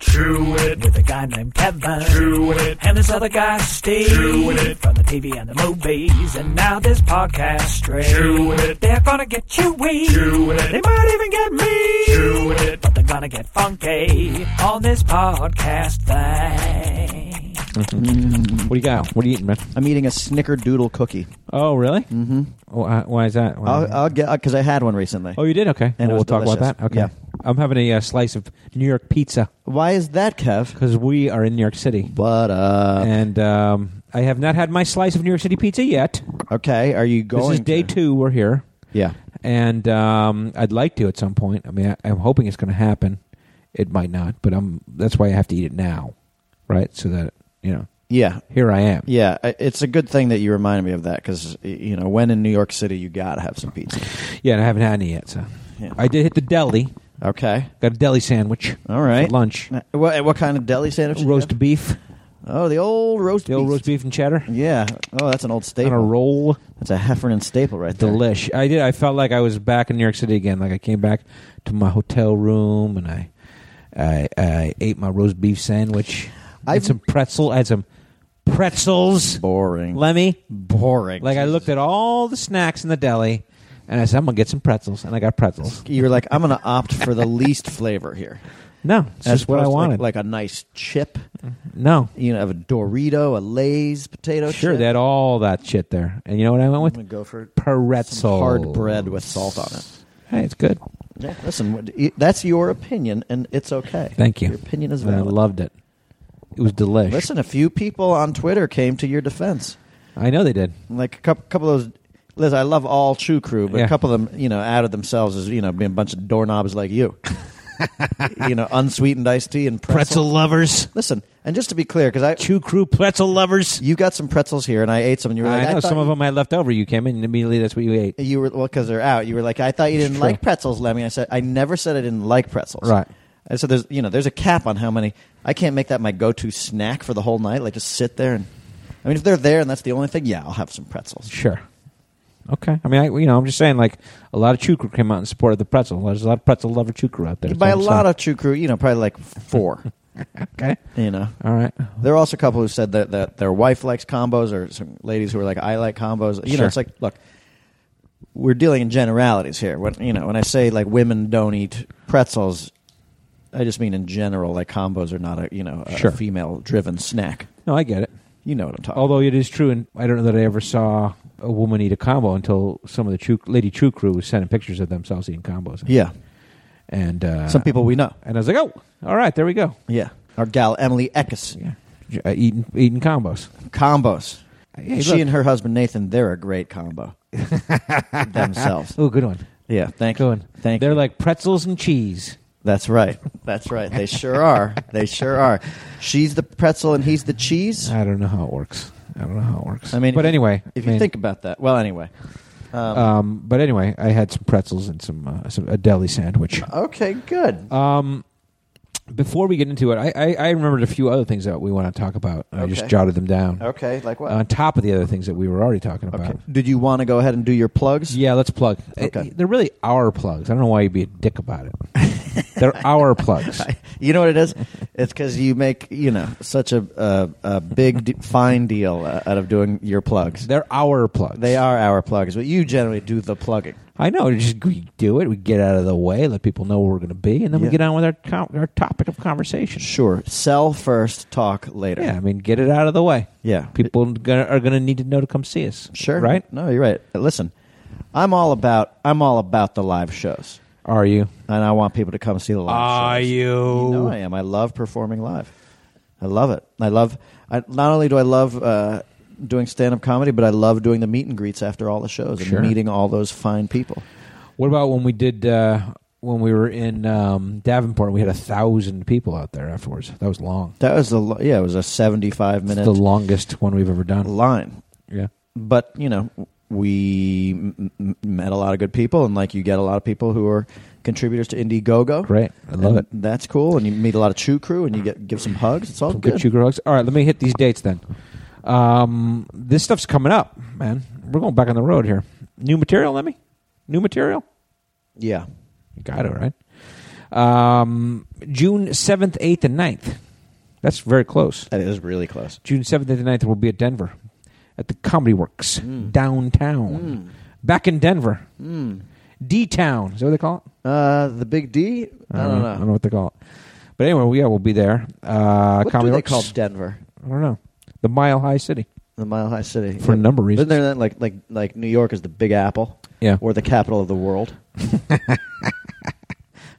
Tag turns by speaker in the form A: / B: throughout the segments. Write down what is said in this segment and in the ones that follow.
A: Jewett.
B: With a guy named Kevin.
A: Jewett.
B: And this other guy, Steve.
A: Jewett.
B: From the TV and the movies. And now this podcast straight.
A: Jewett.
B: They're gonna get chewy.
A: Jewett.
B: They might even get me.
A: Jewett.
B: But they're gonna get funky on this podcast thing.
C: What do you got? What are you eating, man?
D: I'm eating a snickerdoodle cookie.
C: Oh, really? Mm-hmm. why is that? Why is
D: I'll,
C: that?
D: I'll get because I had one recently.
C: oh, you did? Okay.
D: And it
C: Well, we'll
D: was
C: talk about
D: delicious.
C: that. Okay.
D: Yeah.
C: I'm having a uh, slice of New York pizza
D: Why is that, Kev? uh,
C: because we are in New York City.
D: What up?
C: And um, I have not had my slice of New York City pizza yet.
D: okay, are you going?
C: this is day
D: to-
C: two. We're here.
D: Yeah.
C: And um, I'd like to at some point. I mean, I, I'm hoping it's going to happen. It might not, but I'm, that's why I have to eat it now, right? So that, you know,
D: Yeah.
C: here I am.
D: Yeah, I- it's a good thing that you reminded me of that because you know when in New York City you gotta have some pizza.
C: Yeah, and I haven't had any yet. So
D: Yeah.
C: I did hit the deli.
D: Okay,
C: Got a deli sandwich.
D: all right.
C: For lunch.
D: What, what kind of deli sandwich? you
C: Roast
D: have?
C: beef.
D: Oh, the old roast.
C: The old
D: beef.
C: roast beef and cheddar.
D: Yeah. Oh, that's an old
C: On
D: staple.
C: a roll.
D: That's a Heffernan staple right there.
C: Delish. I did. I felt like I was back in New York City again. Like I came back to my hotel room and I, I, I ate my roast beef sandwich. I had
D: I've-
C: some pretzel. I had some pretzels.
D: Boring.
C: Lemmy.
D: Boring.
C: Like I looked at all the snacks in the deli, and I said, "I'm gonna get some pretzels," and I got pretzels.
D: you were like, I'm gonna opt for the least flavor here.
C: No, it's
D: As
C: just what I
D: opposed to, like-
C: wanted.
D: Like, a nice chip.
C: no,
D: You know, have a Dorito, a Lay's potato chip.
C: sure, they had all that shit there, and you know what I went
D: I'm
C: with?
D: gonna go for
C: Pretzels.
D: some hard bread with salt on it.
C: Hey, it's good.
D: Yeah, listen, what- that's your opinion, and it's okay.
C: Thank you.
D: Your opinion is
C: And I
D: valid.
C: loved it. It was delish.
D: Listen, a few people on Twitter came to your defense.
C: I know they did.
D: Like a couple, couple of those. Listen, I love all Chew Crew, but
C: Yeah.
D: a couple of them, you know, outed themselves as you know being a bunch of doorknobs like you. you know, unsweetened iced tea and pretzel.
C: lovers.
D: Listen, and just to be clear, because I
C: Chew crew pretzel lovers.
D: you got some pretzels here, and I ate some, and you were like,
C: I know
D: thought
C: some of
D: you-
C: them I left over. You came in and immediately that's what you ate.
D: You were well because they're out. You were like, I thought you didn't
C: true.
D: like pretzels, Lemmy. I said I never said I didn't like pretzels.
C: Right.
D: And so there's you know there's a cap on how many. I can't make that my go-to snack for the whole night. Like just sit there and. I mean, if they're there and that's the only thing, yeah, I'll have some pretzels.
C: Sure. Okay. I mean, I, you know, I'm just saying, like, a lot of chew crew came out in support of the pretzel. There's a lot of pretzel lover chew crew out there.
D: You buy a
C: So I'm
D: lot
C: sorry.
D: of Chew Crew, you know, probably like four.
C: Okay.
D: you know,
C: All right.
D: there are also a couple who said that, that their wife likes combos, or some ladies who are like, I like combos. You know,
C: Sure.
D: it's like, look, we're dealing in generalities here. When you know, when I say like women don't eat pretzels, I just mean in general, like combos are not a you know a
C: Sure.
D: female-driven snack.
C: No, I get it.
D: You know what I'm talking.
C: Although it is true, and I don't know that I ever saw a woman eat a combo until some of the chew, lady chew crew was sending pictures of themselves eating combos.
D: yeah,
C: And uh,
D: some people we know.
C: And I was like, oh, all right, there we go.
D: Yeah, our gal Emily Eckes,
C: Yeah. Uh, eating eating combos.
D: combos.
C: Hey,
D: she
C: look.
D: and her husband Nathan, they're a great combo themselves.
C: Oh, good one.
D: Yeah, thank
C: Good one.
D: you. Thank
C: They're
D: you.
C: like pretzels and cheese.
D: That's right. That's right. They sure are. They sure are. She's the pretzel and he's the cheese.
C: I don't know how it works. I don't know how it works.
D: Uh, I mean,
C: but
D: if-
C: anyway, I
D: if you
C: mean,
D: think about that, well, anyway. Um,
C: um, but anyway, I had some pretzels and some, uh, some a deli sandwich.
D: okay, good.
C: Um, before we get into it, I, I, I remembered a few other things that we want to talk about. I just
D: Okay.
C: jotted them down.
D: okay, like what?
C: On top of the other things that we were already talking about.
D: okay. Did you want to go ahead and do your plugs?
C: Yeah, let's plug.
D: Okay.
C: They're really our plugs. I don't know why you'd be a dick about it. They're our plugs.
D: You know what it is? It's because you make you know such a a, a big d- fine deal uh, out of doing your plugs.
C: They're our plugs.
D: They are our plugs, but you generally do the plugging.
C: I know. we Just we do it. We get out of the way. Let people know where we're going to be, and then we
D: Yeah.
C: get on with our com- our topic of conversation.
D: Sure. Sell first, talk later.
C: Yeah, I mean, get it out of the way.
D: Yeah.
C: People gonna, are going to need to know to come see us.
D: Sure.
C: Right?
D: No, you're right. Listen, I'm all about I'm all about the live shows,
C: Are you?
D: and I want people to come see the live
C: Are
D: shows.
C: you?
D: You know I am. I love performing live. I love it. I love. I not only do I love uh, doing stand up comedy, but I love doing the meet and greets after all the shows and
C: Sure.
D: meeting all those fine people.
C: What about when we did uh, when we were in um, Davenport? We had a thousand people out there afterwards. That was long.
D: That was the lo- yeah. It was a 75
C: It's
D: minute
C: the longest one we've ever done.
D: line,
C: Yeah.
D: but you know we m- m- met a lot of good people, and like you get a lot of people who are contributors to Indiegogo.
C: Great. I love
D: And
C: it.
D: That's cool, and you meet a lot of Chew Crew, and you get give some hugs. It's all
C: Some
D: Oh, good.
C: Good you girls. All right, let me hit these dates then. Um, this stuff's coming up, man. We're going back on the road here. New material, Lemmy? New material?
D: yeah,
C: You got it, right? Um, June seventh, eighth, and 9th. That's very close.
D: That is really close.
C: June 7th and 9th will be at Denver at the Comedy Works
D: Mm.
C: downtown. Back in Denver. D Town. Is that what they call it?
D: Uh, the Big D? I don't
C: I
D: know.
C: don't know what they call it. But anyway, yeah, we'll be there. Uh,
D: What
C: Comedy
D: do they
C: Works.
D: call Denver?
C: I don't know. The Mile High City
D: The Mile High City.
C: for a
D: Yeah.
C: number of reasons.
D: Isn't there that, like like like New York is the Big Apple
C: yeah.
D: or the capital of the world?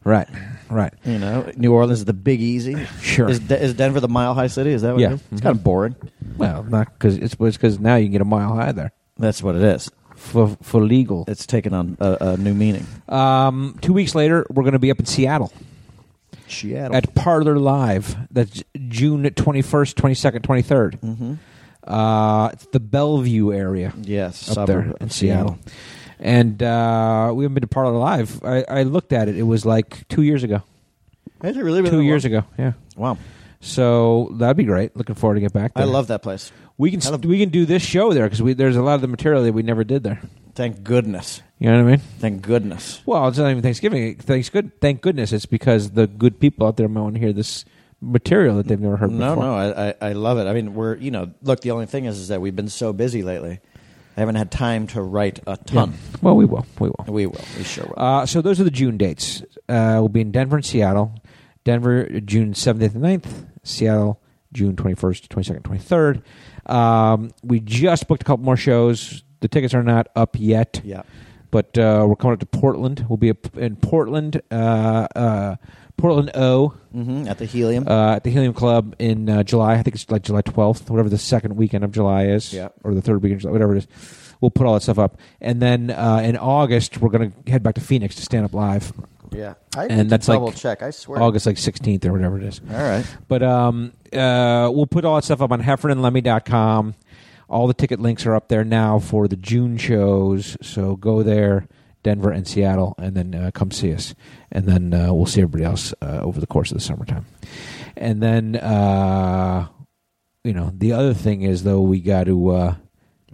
C: Right. Right.
D: You know, New Orleans is the Big Easy.
C: Sure.
D: Is, De- is Denver the Mile High City? Is that what
C: Yeah. Mm-hmm.
D: it is? It's kind of boring.
C: Well, not because it's because now you can get a mile high there
D: That's what it is.
C: for for legal.
D: It's taken on a, a new meaning.
C: Um, two weeks later, we're going to be up in Seattle
D: Seattle.
C: at Parlor Live. That's June twenty first, twenty second, twenty third.
D: Mhm.
C: Uh, it's the Bellevue area
D: Yes,
C: up
D: suburb
C: there
D: of
C: in Seattle. And uh, we haven't been to Parlor Live. I, I looked at it; it was like two years ago.
D: Has it really been
C: Two
D: that
C: years
D: long?
C: ago, yeah.
D: Wow,
C: So that'd be great. Looking forward to get back.
D: I
C: there.
D: love that place.
C: We can
D: I love-
C: we can do this show there because there's a lot of the material that we never did there.
D: Thank goodness.
C: You know what I mean?
D: Thank goodness.
C: Well, it's not even Thanksgiving. Thanks good. Thank goodness it's because the good people out there might want to hear this material that they've never heard
D: No,
C: before.
D: no, I, I, I love it. I mean, we're you know, look. The only thing is, is that we've been so busy lately. I haven't had time to write a ton.
C: Well, we will. We will.
D: We will. We sure will.
C: Uh, so those are the June dates. Uh, we'll be in Denver and Seattle. Denver, June 7th and 9th. Seattle, June 21st, 22nd, 23rd. Um, we just booked a couple more shows. The tickets are not up yet.
D: yeah.
C: But uh, we're coming up to Portland. We'll be up in Portland, uh, uh, Portland O,
D: hmm At the Helium.
C: uh, at the Helium Club in uh, July. I think it's like July 12th, whatever the second weekend of July is,
D: Yeah.
C: or the third weekend, of July, whatever it is. We'll put all that stuff up. And then uh, in August, we're going to head back to Phoenix to stand up live,
D: yeah. I
C: and that's like
D: double check. I swear.
C: August like 16th or whatever it is.
D: All right.
C: But um, uh, we'll put all that stuff up on heffernandlemmy.com. All the ticket links are up there now for the June shows. So go there, Denver and Seattle, and then uh, come see us. And then uh, we'll see everybody else uh, over the course of the summertime. And then, uh, you know, the other thing is, though, we got to uh,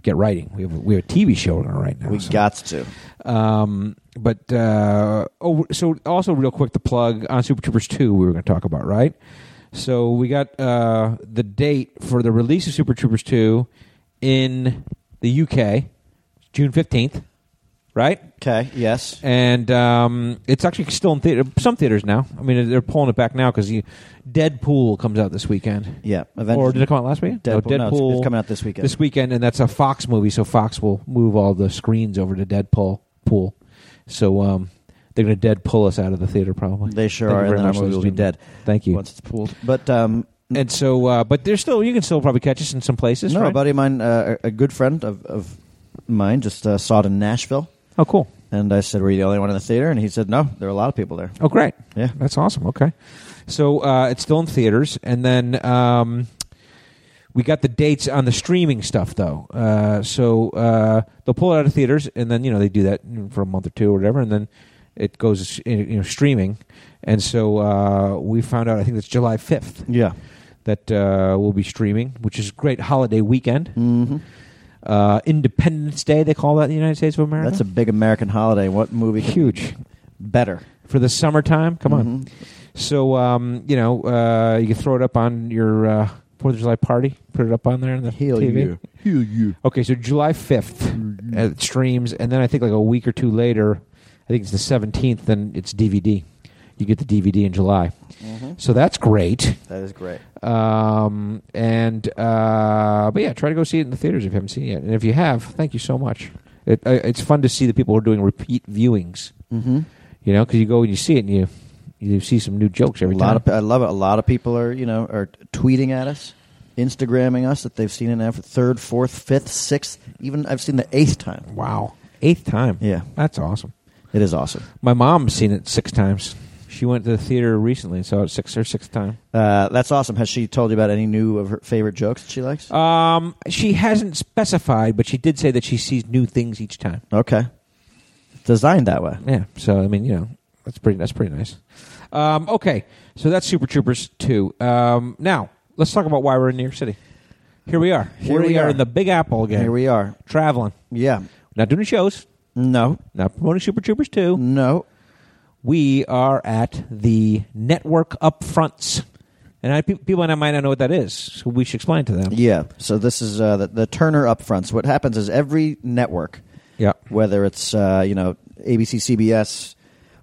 C: get writing. We have, we have a TV show we're going to write now.
D: We
C: so.
D: got to.
C: Um, but uh, oh, so also real quick, the plug on Super Troopers two we were going to talk about, right? So we got uh, the date for the release of Super Troopers two in the UK, June fifteenth, right?
D: Okay. Yes.
C: And um, it's actually still in theater, some theaters now. I mean, they're pulling it back now because Deadpool comes out this weekend.
D: Yeah. Avengers.
C: Or did it come out last week?
D: Deadpool. No, it's-
C: Deadpool
D: it's coming out this weekend.
C: This weekend, and that's a Fox movie, so Fox will move all the screens over to Deadpool. Pool. So um, they're going to Deadpool us out of the theater, probably.
D: They sure
C: Thank you
D: are, and
C: very
D: then our
C: much,
D: movie
C: ladies
D: will be
C: and gentlemen.
D: dead
C: Thank you.
D: once it's pooled. But um,
C: And so, uh, but there's still you can still probably catch us in some places.
D: no,
C: right?
D: a buddy of mine, uh, a a good friend of, of mine, just uh, saw it in Nashville,
C: oh, cool.
D: and I said, "Were you the only one in the theater?" And he said, "No, there are a lot of people there."
C: Oh, great.
D: Yeah.
C: That's awesome. Okay. So uh, it's still in theaters. And then um, we got the dates on the streaming stuff, though. Uh, so uh, they'll pull it out of theaters, and then, you know, they do that for a month or two or whatever, and then it goes, you know, streaming. And so uh, we found out, I think it's July 5th,
D: Yeah.
C: that uh, we'll be streaming, which is a great holiday weekend.
D: hmm
C: Uh, Independence Day, they call that in the United States of America.
D: That's a big American holiday. What movie? could
C: huge.
D: Better.
C: For the summertime, come on.
D: Mhm.
C: So um, you know, uh, you can throw it up on your uh, Fourth of July party. Put it up on there on the
D: Heal
C: TV.
D: you. Heal you.
C: Okay, so July fifth
D: Mm-hmm.
C: uh, it streams, and then I think like a week or two later, I think it's the seventeenth. Then it's DVD. You get the DVD in July, so that's great.
D: Mm-hmm. That is great.
C: Um, and uh, but yeah, try to go see it in the theaters if you haven't seen it yet, and if you have, thank you so much. It, uh, it's fun to see the people who are doing repeat viewings.
D: Mm-hmm.
C: You know, because you go and you see it, and you you see some new jokes
D: A
C: every
D: lot
C: time.
D: of pe- I love it. A lot of people are you know are tweeting at us, Instagramming us that they've seen it now for third, fourth, fifth, sixth, even I've seen the eighth time.
C: Wow. Eighth time.
D: Yeah,
C: That's awesome.
D: it is awesome.
C: My mom's seen it six times. She went to the theater recently and saw it six her sixth time.
D: Uh, that's awesome. Has she told you about any new of her favorite jokes that she likes?
C: Um, she hasn't specified, but she did say that she sees new things each time.
D: okay, designed that way.
C: Yeah. So I mean, you know, that's pretty. That's pretty nice. Um, okay. So that's Super Troopers two. Um, now let's talk about why we're in New York City. Here we are.
D: Here
C: we
D: we
C: are
D: are.
C: in the Big Apple again.
D: Here we are.
C: traveling.
D: Yeah.
C: Not doing shows.
D: No.
C: Not promoting Super Troopers two.
D: No.
C: we are at the network upfronts. And I, pe- people and I might not know what that is, so we should explain to them.
D: Yeah. So this is uh, the, the Turner upfronts. What happens is every network,
C: Yeah.
D: whether it's uh, you know ABC, CBS,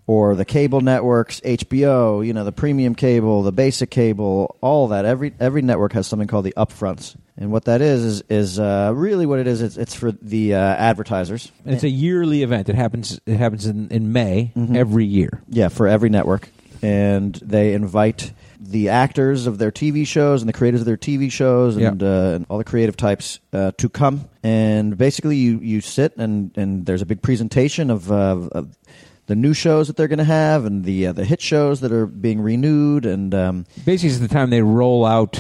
D: or the cable networks, HBO, you know the premium cable, the basic cable, all that. Every every network has something called the upfronts, and what that is is, is uh, really what it is. It's, it's for the uh, advertisers.
C: And it's a yearly event. It happens. It happens in, in May
D: Mm-hmm.
C: every year.
D: Yeah, for every network. And they invite the actors of their TV shows and the creators of their TV shows and,
C: Yeah.
D: uh, and all the creative types uh, to come. And basically, you, you sit and, and there's a big presentation of, uh, of the new shows that they're going to have and the uh, the hit shows that are being renewed. And um,
C: Basically, it's the time they roll out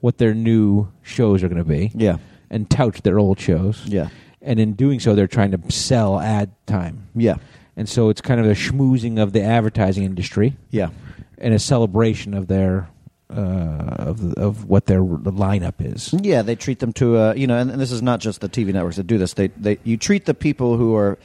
C: what their new shows are going to be.
D: yeah,
C: And tout their old shows.
D: yeah,
C: And in doing so, they're trying to sell ad time.
D: yeah,
C: And so it's kind of a schmoozing of the advertising industry
D: yeah,
C: and a celebration of their uh, of of what their the lineup is.
D: yeah. They treat them to uh, you know, and, and this is not just the TV networks that do this. They they you treat the people who are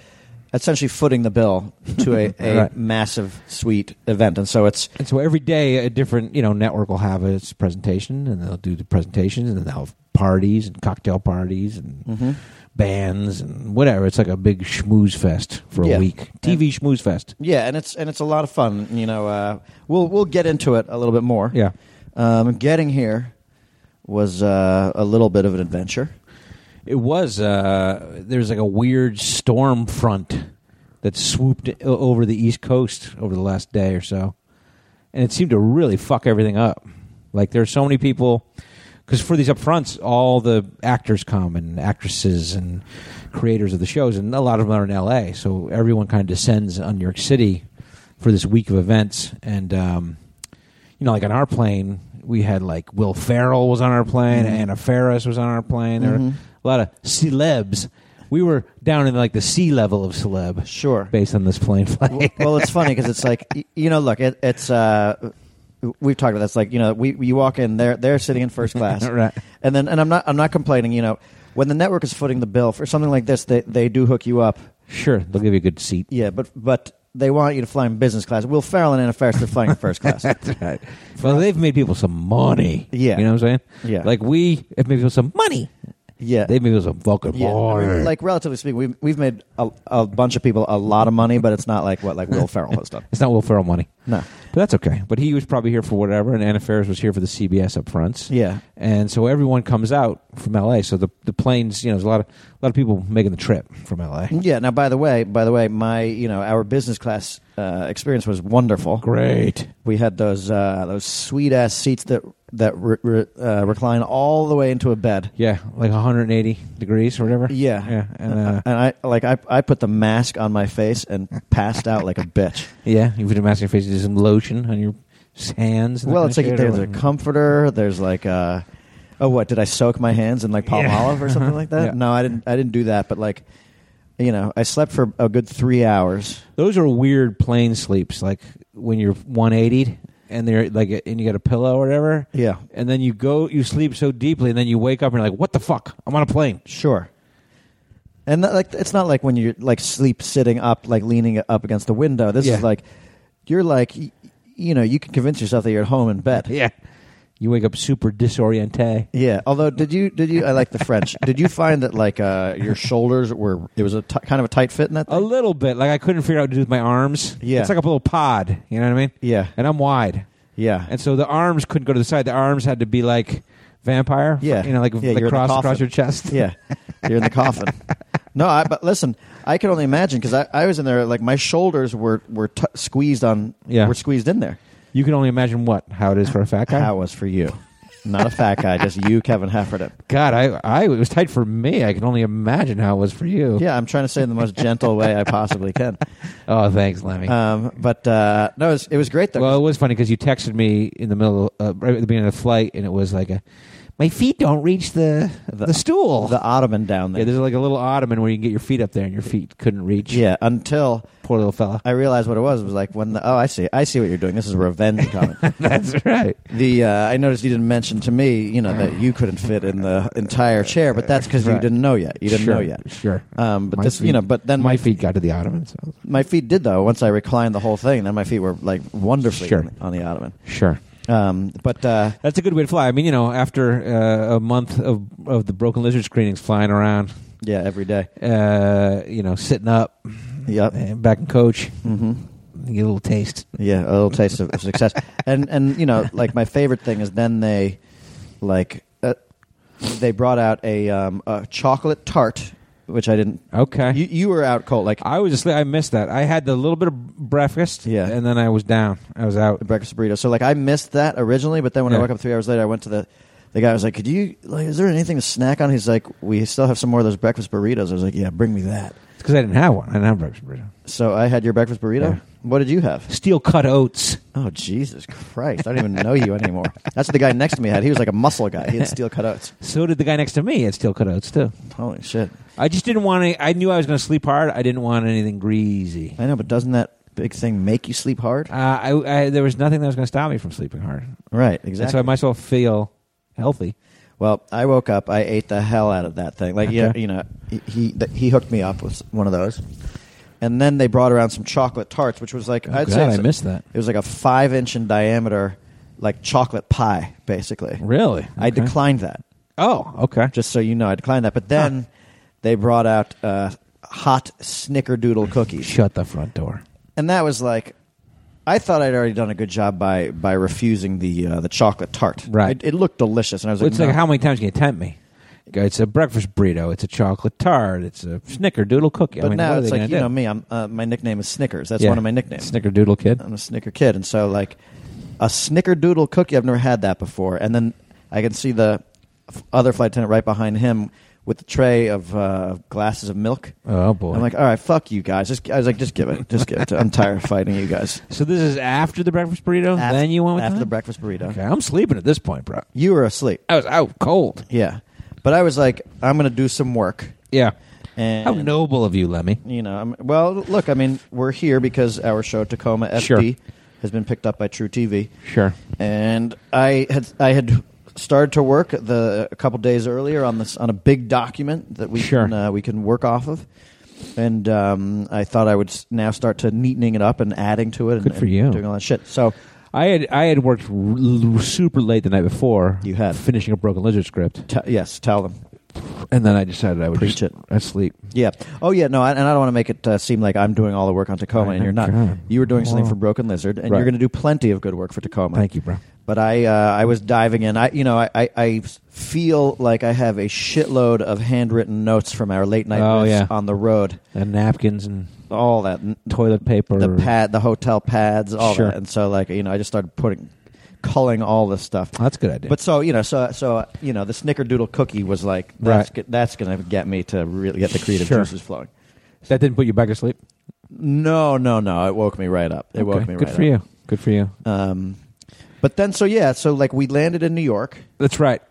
D: essentially footing the bill to a, a
C: Right.
D: massive sweet event, and so it's
C: And so every day, a different you know network will have its presentation, and they'll do the presentations, and they'll have parties and cocktail parties and bands and whatever. It's like a big schmooze fest for
D: Yeah.
C: a week. TV schmooze fest.
D: Yeah, and it's and it's a lot of fun. You know, uh, we'll we'll get into it a little bit more.
C: Yeah.
D: Um, getting here was uh, a little bit of an adventure.
C: It was uh, there's like a weird storm front that swooped o- over the East Coast over the last day or so, and it seemed to really fuck everything up. Like there's so many people because for these upfronts, all the actors come and actresses and creators of the shows, and a lot of them are in L.A. So everyone kind of descends on New York City for this week of events, and um, you know, like on our plane, we had like Will Farrell was on our plane, Anna Faris was on our plane. There were a lot of celebs. We were down in like the sea level of celeb
D: Sure.
C: based on this plane flight.
D: well, it's funny because it's like y- you know, look, it, it's uh, we've talked about this. Like you know, we you walk in, they're they're sitting in first class,
C: Right.
D: And then and I'm not I'm not complaining. You know, when the network is footing the bill for something like this, they they do hook you up.
C: sure, they'll give you a good seat.
D: Yeah, but but they want you to fly in business class. Will Farrell and Anna Faris, they're flying in first class.
C: Well, they've made people some money.
D: Yeah.
C: You know what I'm saying?
D: Yeah.
C: Like we have made people some money.
D: Yeah,
C: They've made people some fucking
D: Yeah, I
C: money.
D: mean, like relatively speaking, we've we've made a, a bunch of people a lot of money, but it's not like what like Will Ferrell has done.
C: it's not Will Ferrell money.
D: No,
C: But that's okay. But he was probably here for whatever, and Anna Faris was here for the CBS upfronts.
D: yeah,
C: and so everyone comes out from LA. So the the planes, you know, there's a lot of a lot of people making the trip from LA.
D: yeah. Now, by the way, by the way, my you know our business class uh, experience was wonderful.
C: Great.
D: We had those uh, those sweet ass seats that that re- re- uh, recline all the way into a bed.
C: Yeah, like 180 degrees or whatever.
D: Yeah,
C: yeah, and uh,
D: and I like I I put the mask on my face and passed out like a bitch.
C: yeah, you put a mask on your face, you do some lotion on your hands. and that
D: Well,
C: kind
D: it's
C: of
D: like
C: shit, or
D: there's a
C: what?
D: comforter. There's like a, oh, what did I soak my hands in like palm
C: Yeah.
D: olive or something like that?
C: Yeah.
D: No, I didn't. I didn't do that. But like, you know, I slept for a good three hours.
C: Those are weird plane sleeps, like when you're 180 and they're like, and you got a pillow or whatever,
D: Yeah,
C: and then you go, you sleep so deeply, and then you wake up and you're like, what the fuck? I'm on a plane.
D: sure. And that, like, it's not like when you like sleep sitting up, like leaning up against the window. This
C: Yeah.
D: is like, you're like, y- you know, you can convince yourself that you're at home in bed.
C: Yeah, you wake up super disorienté.
D: Yeah. Although, did you did you? I like the French. did you find that like uh, your shoulders were? It was a ti kind of a tight fit in that.
C: A
D: Thing?
C: little bit. Like I couldn't figure out what to do with my arms.
D: Yeah.
C: It's like a little pod. You know what I mean?
D: yeah.
C: And I'm wide.
D: Yeah.
C: And so the arms couldn't go to the side. The arms had to be like vampire.
D: Yeah.
C: You know, like,
D: Yeah,
C: like
D: you're in the
C: cross
D: coffin.
C: across your chest.
D: Yeah, you're in the coffin. No, I, but listen, I can only imagine because I, I was in there. Like my shoulders were were t- squeezed on.
C: Yeah.
D: were squeezed in there.
C: You can only imagine what, how it is for a fat guy.
D: That was for you, not a fat guy, just you, Kevin Heffernan.
C: God, I, I, it was tight for me. I can only imagine how it was for you.
D: Yeah, I'm trying to say it in the most gentle way I possibly can.
C: Oh, thanks, Lemmy.
D: Um, but uh, no, it was, it was great though.
C: well, it was funny because you texted me in the middle, uh, right at the beginning of the flight, and it was like a my feet don't reach the the,
D: The-
C: stool.
D: The ottoman down
C: yeah,
D: there.
C: there's like a little ottoman where you can get your feet up there, and your feet couldn't reach.
D: Yeah, until
C: poor little fella.
D: I realized what it was. It was like when the oh, I see, I see what you're doing. This is revenge coming.
C: That's right.
D: the uh, I noticed you didn't mention to me, you know, that you couldn't fit in the entire chair, but that's because
C: Right.
D: you didn't know yet. You didn't
C: sure,
D: know yet.
C: Sure.
D: Um, but
C: My
D: this,
C: feet-
D: you know, but then
C: my
D: my
C: feet got to the ottoman. So.
D: my feet did though. Once I reclined the whole thing, then my feet were like wonderfully
C: Sure.
D: on, the, on the ottoman.
C: Sure.
D: Um, but uh,
C: That's a good way to fly. I mean, you know, after uh, a month of of the broken lizard screenings flying around,
D: yeah, every day.
C: uh, you know, sitting up,
D: Yep.
C: and back in coach,
D: Mm-hmm.
C: you get a little taste.
D: Yeah, a little taste of success. And and you know, like my favorite thing is then they like uh, they brought out a um, a chocolate tart, which I didn't.
C: Okay.
D: You you were out cold, like
C: I was asleep. I missed that. I had the little bit of breakfast,
D: Yeah.
C: and then I was down. I was out.
D: the breakfast burrito. So like I missed that originally, but then when
C: Yeah.
D: I woke up three hours later, I went to the the guy was like, "Could you like is there anything to snack on?" He's like, "We still have some more of those breakfast burritos." I was like, "Yeah, bring me that."
C: It's because I didn't have one. I didn't have breakfast burrito.
D: So I had your breakfast burrito.
C: Yeah.
D: What did you have?
C: Steel cut oats.
D: Oh Jesus Christ! I don't even know you anymore. That's what the guy next to me had. He was like a muscle guy. He had steel cutouts.
C: So did the guy next to me at Steel Cut Oats too.
D: Holy shit!
C: I just didn't want any. I knew I was going to sleep hard. I didn't want anything greasy.
D: I know, but doesn't that big thing make you sleep hard?
C: Uh, I, I there was nothing that was going to stop me from sleeping hard,
D: Right,
C: and so
D: exactly.
C: I might as well feel healthy.
D: well, I woke up. I ate the hell out of that thing. Like, yeah,
C: Okay.
D: you know, he he, th- he hooked me up with one of those, and then they brought around some chocolate tarts, which was like
C: Oh,
D: I'd
C: God,
D: say it's
C: I
D: a-
C: missed that.
D: It was like a five inch in diameter, like chocolate pie, basically.
C: Really,
D: I
C: Okay.
D: declined that.
C: Oh, okay.
D: Just so you know, I declined that. But then they brought out uh, hot snickerdoodle cookies.
C: Shut the front door.
D: and that was like I thought I'd already done a good job by by refusing the uh, the chocolate tart.
C: Right.
D: It, it looked delicious, and I was like,
C: it's like
D: "No."
C: how many times can you tempt me? It's a breakfast burrito. It's a chocolate tart. It's a snickerdoodle cookie.
D: But
C: I mean,
D: now
C: what are
D: it's
C: they
D: like you
C: gonna do?
D: know me. I'm uh, my nickname is Snickers. That's
C: Yeah.
D: one of my nicknames.
C: Snickerdoodle kid.
D: I'm a Snicker kid, and so like a Snickerdoodle cookie. I've never had that before. And then I can see the f- other flight attendant right behind him with the tray of uh, glasses of milk.
C: Oh boy!
D: I'm like, all right, fuck you guys. Just, I was like, just give it, just give it. To, I'm tired of fighting you guys.
C: so this is after the breakfast burrito.
D: Af-
C: then you went with
D: after
C: that?
D: the breakfast burrito.
C: Okay, I'm sleeping at this point, bro.
D: You were asleep.
C: I was out cold.
D: Yeah. But I was like, I'm going to do some work.
C: Yeah.
D: And,
C: How noble of you, Lemmy.
D: You know, I'm, well, look, I mean, we're here because our show, Tacoma FD,
C: Sure.
D: has been picked up by True TV.
C: Sure.
D: And I had, I had started to work the, a couple days earlier on, this, on a big document that we,
C: Sure.
D: can, uh, we can work off of. And um, I thought I would s- now start to neatening it up and adding to it and,
C: Good for
D: and
C: you.
D: doing all that shit. So,
C: I had I had worked r- r- super late the night before.
D: You had.
C: finishing a broken lizard script,
D: t- yes, tell them.
C: and then I decided I would
D: Preach
C: just
D: it.
C: I'd sleep.
D: Yeah. Oh, yeah. No, I, and I don't want to make it uh, seem like I'm doing all the work on Tacoma,
C: Right,
D: and you're not.
C: okay.
D: You were doing something
C: Wow.
D: for Broken Lizard, and
C: Right.
D: you're going to do plenty of good work for Tacoma.
C: Thank you, bro.
D: But I, uh, I was diving in. I, you know, I, I, I feel like I have a shitload of handwritten notes from our late night
C: Oh,
D: riffs
C: yeah.
D: on the road,
C: And napkins and
D: all that, n-
C: toilet paper.
D: the pad, the hotel pads, all
C: Sure.
D: that. And so, like, you know, I just started putting, culling all this stuff.
C: That's a good idea.
D: But so you know, so so you know, the snickerdoodle cookie was like that's
C: Right.
D: go- that's going to get me to really get the creative
C: Sure.
D: juices flowing.
C: that didn't put you back to sleep.
D: No, no, no. It woke me right up. It woke
C: Okay.
D: me
C: Good
D: right
C: for
D: up.
C: you. Good for you.
D: Um, but then, so yeah, so like we landed in New York,
C: That's right.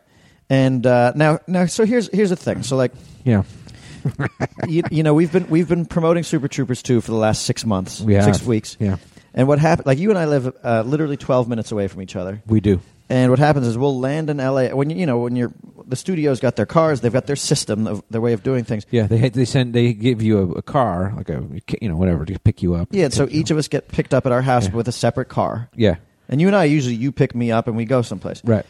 D: and uh, now, now, so here's here's the thing. So like,
C: Yeah.
D: you, you know, we've been we've been promoting Super Troopers two for the last six months,
C: We
D: six
C: have.
D: weeks,
C: Yeah.
D: and what happened? Like you and I live uh, literally twelve minutes away from each other.
C: We do.
D: And what happens is we'll land in LA when you you know when you're the studio's got their cars, they've got their system, of their way of doing things.
C: Yeah. They they send they give you a, a car like a you know whatever to pick you up.
D: Yeah, so
C: Pick you
D: each of us get picked up at our house
C: Yeah.
D: with a separate car.
C: Yeah.
D: And you and I usually you pick me up and we go someplace.
C: Right.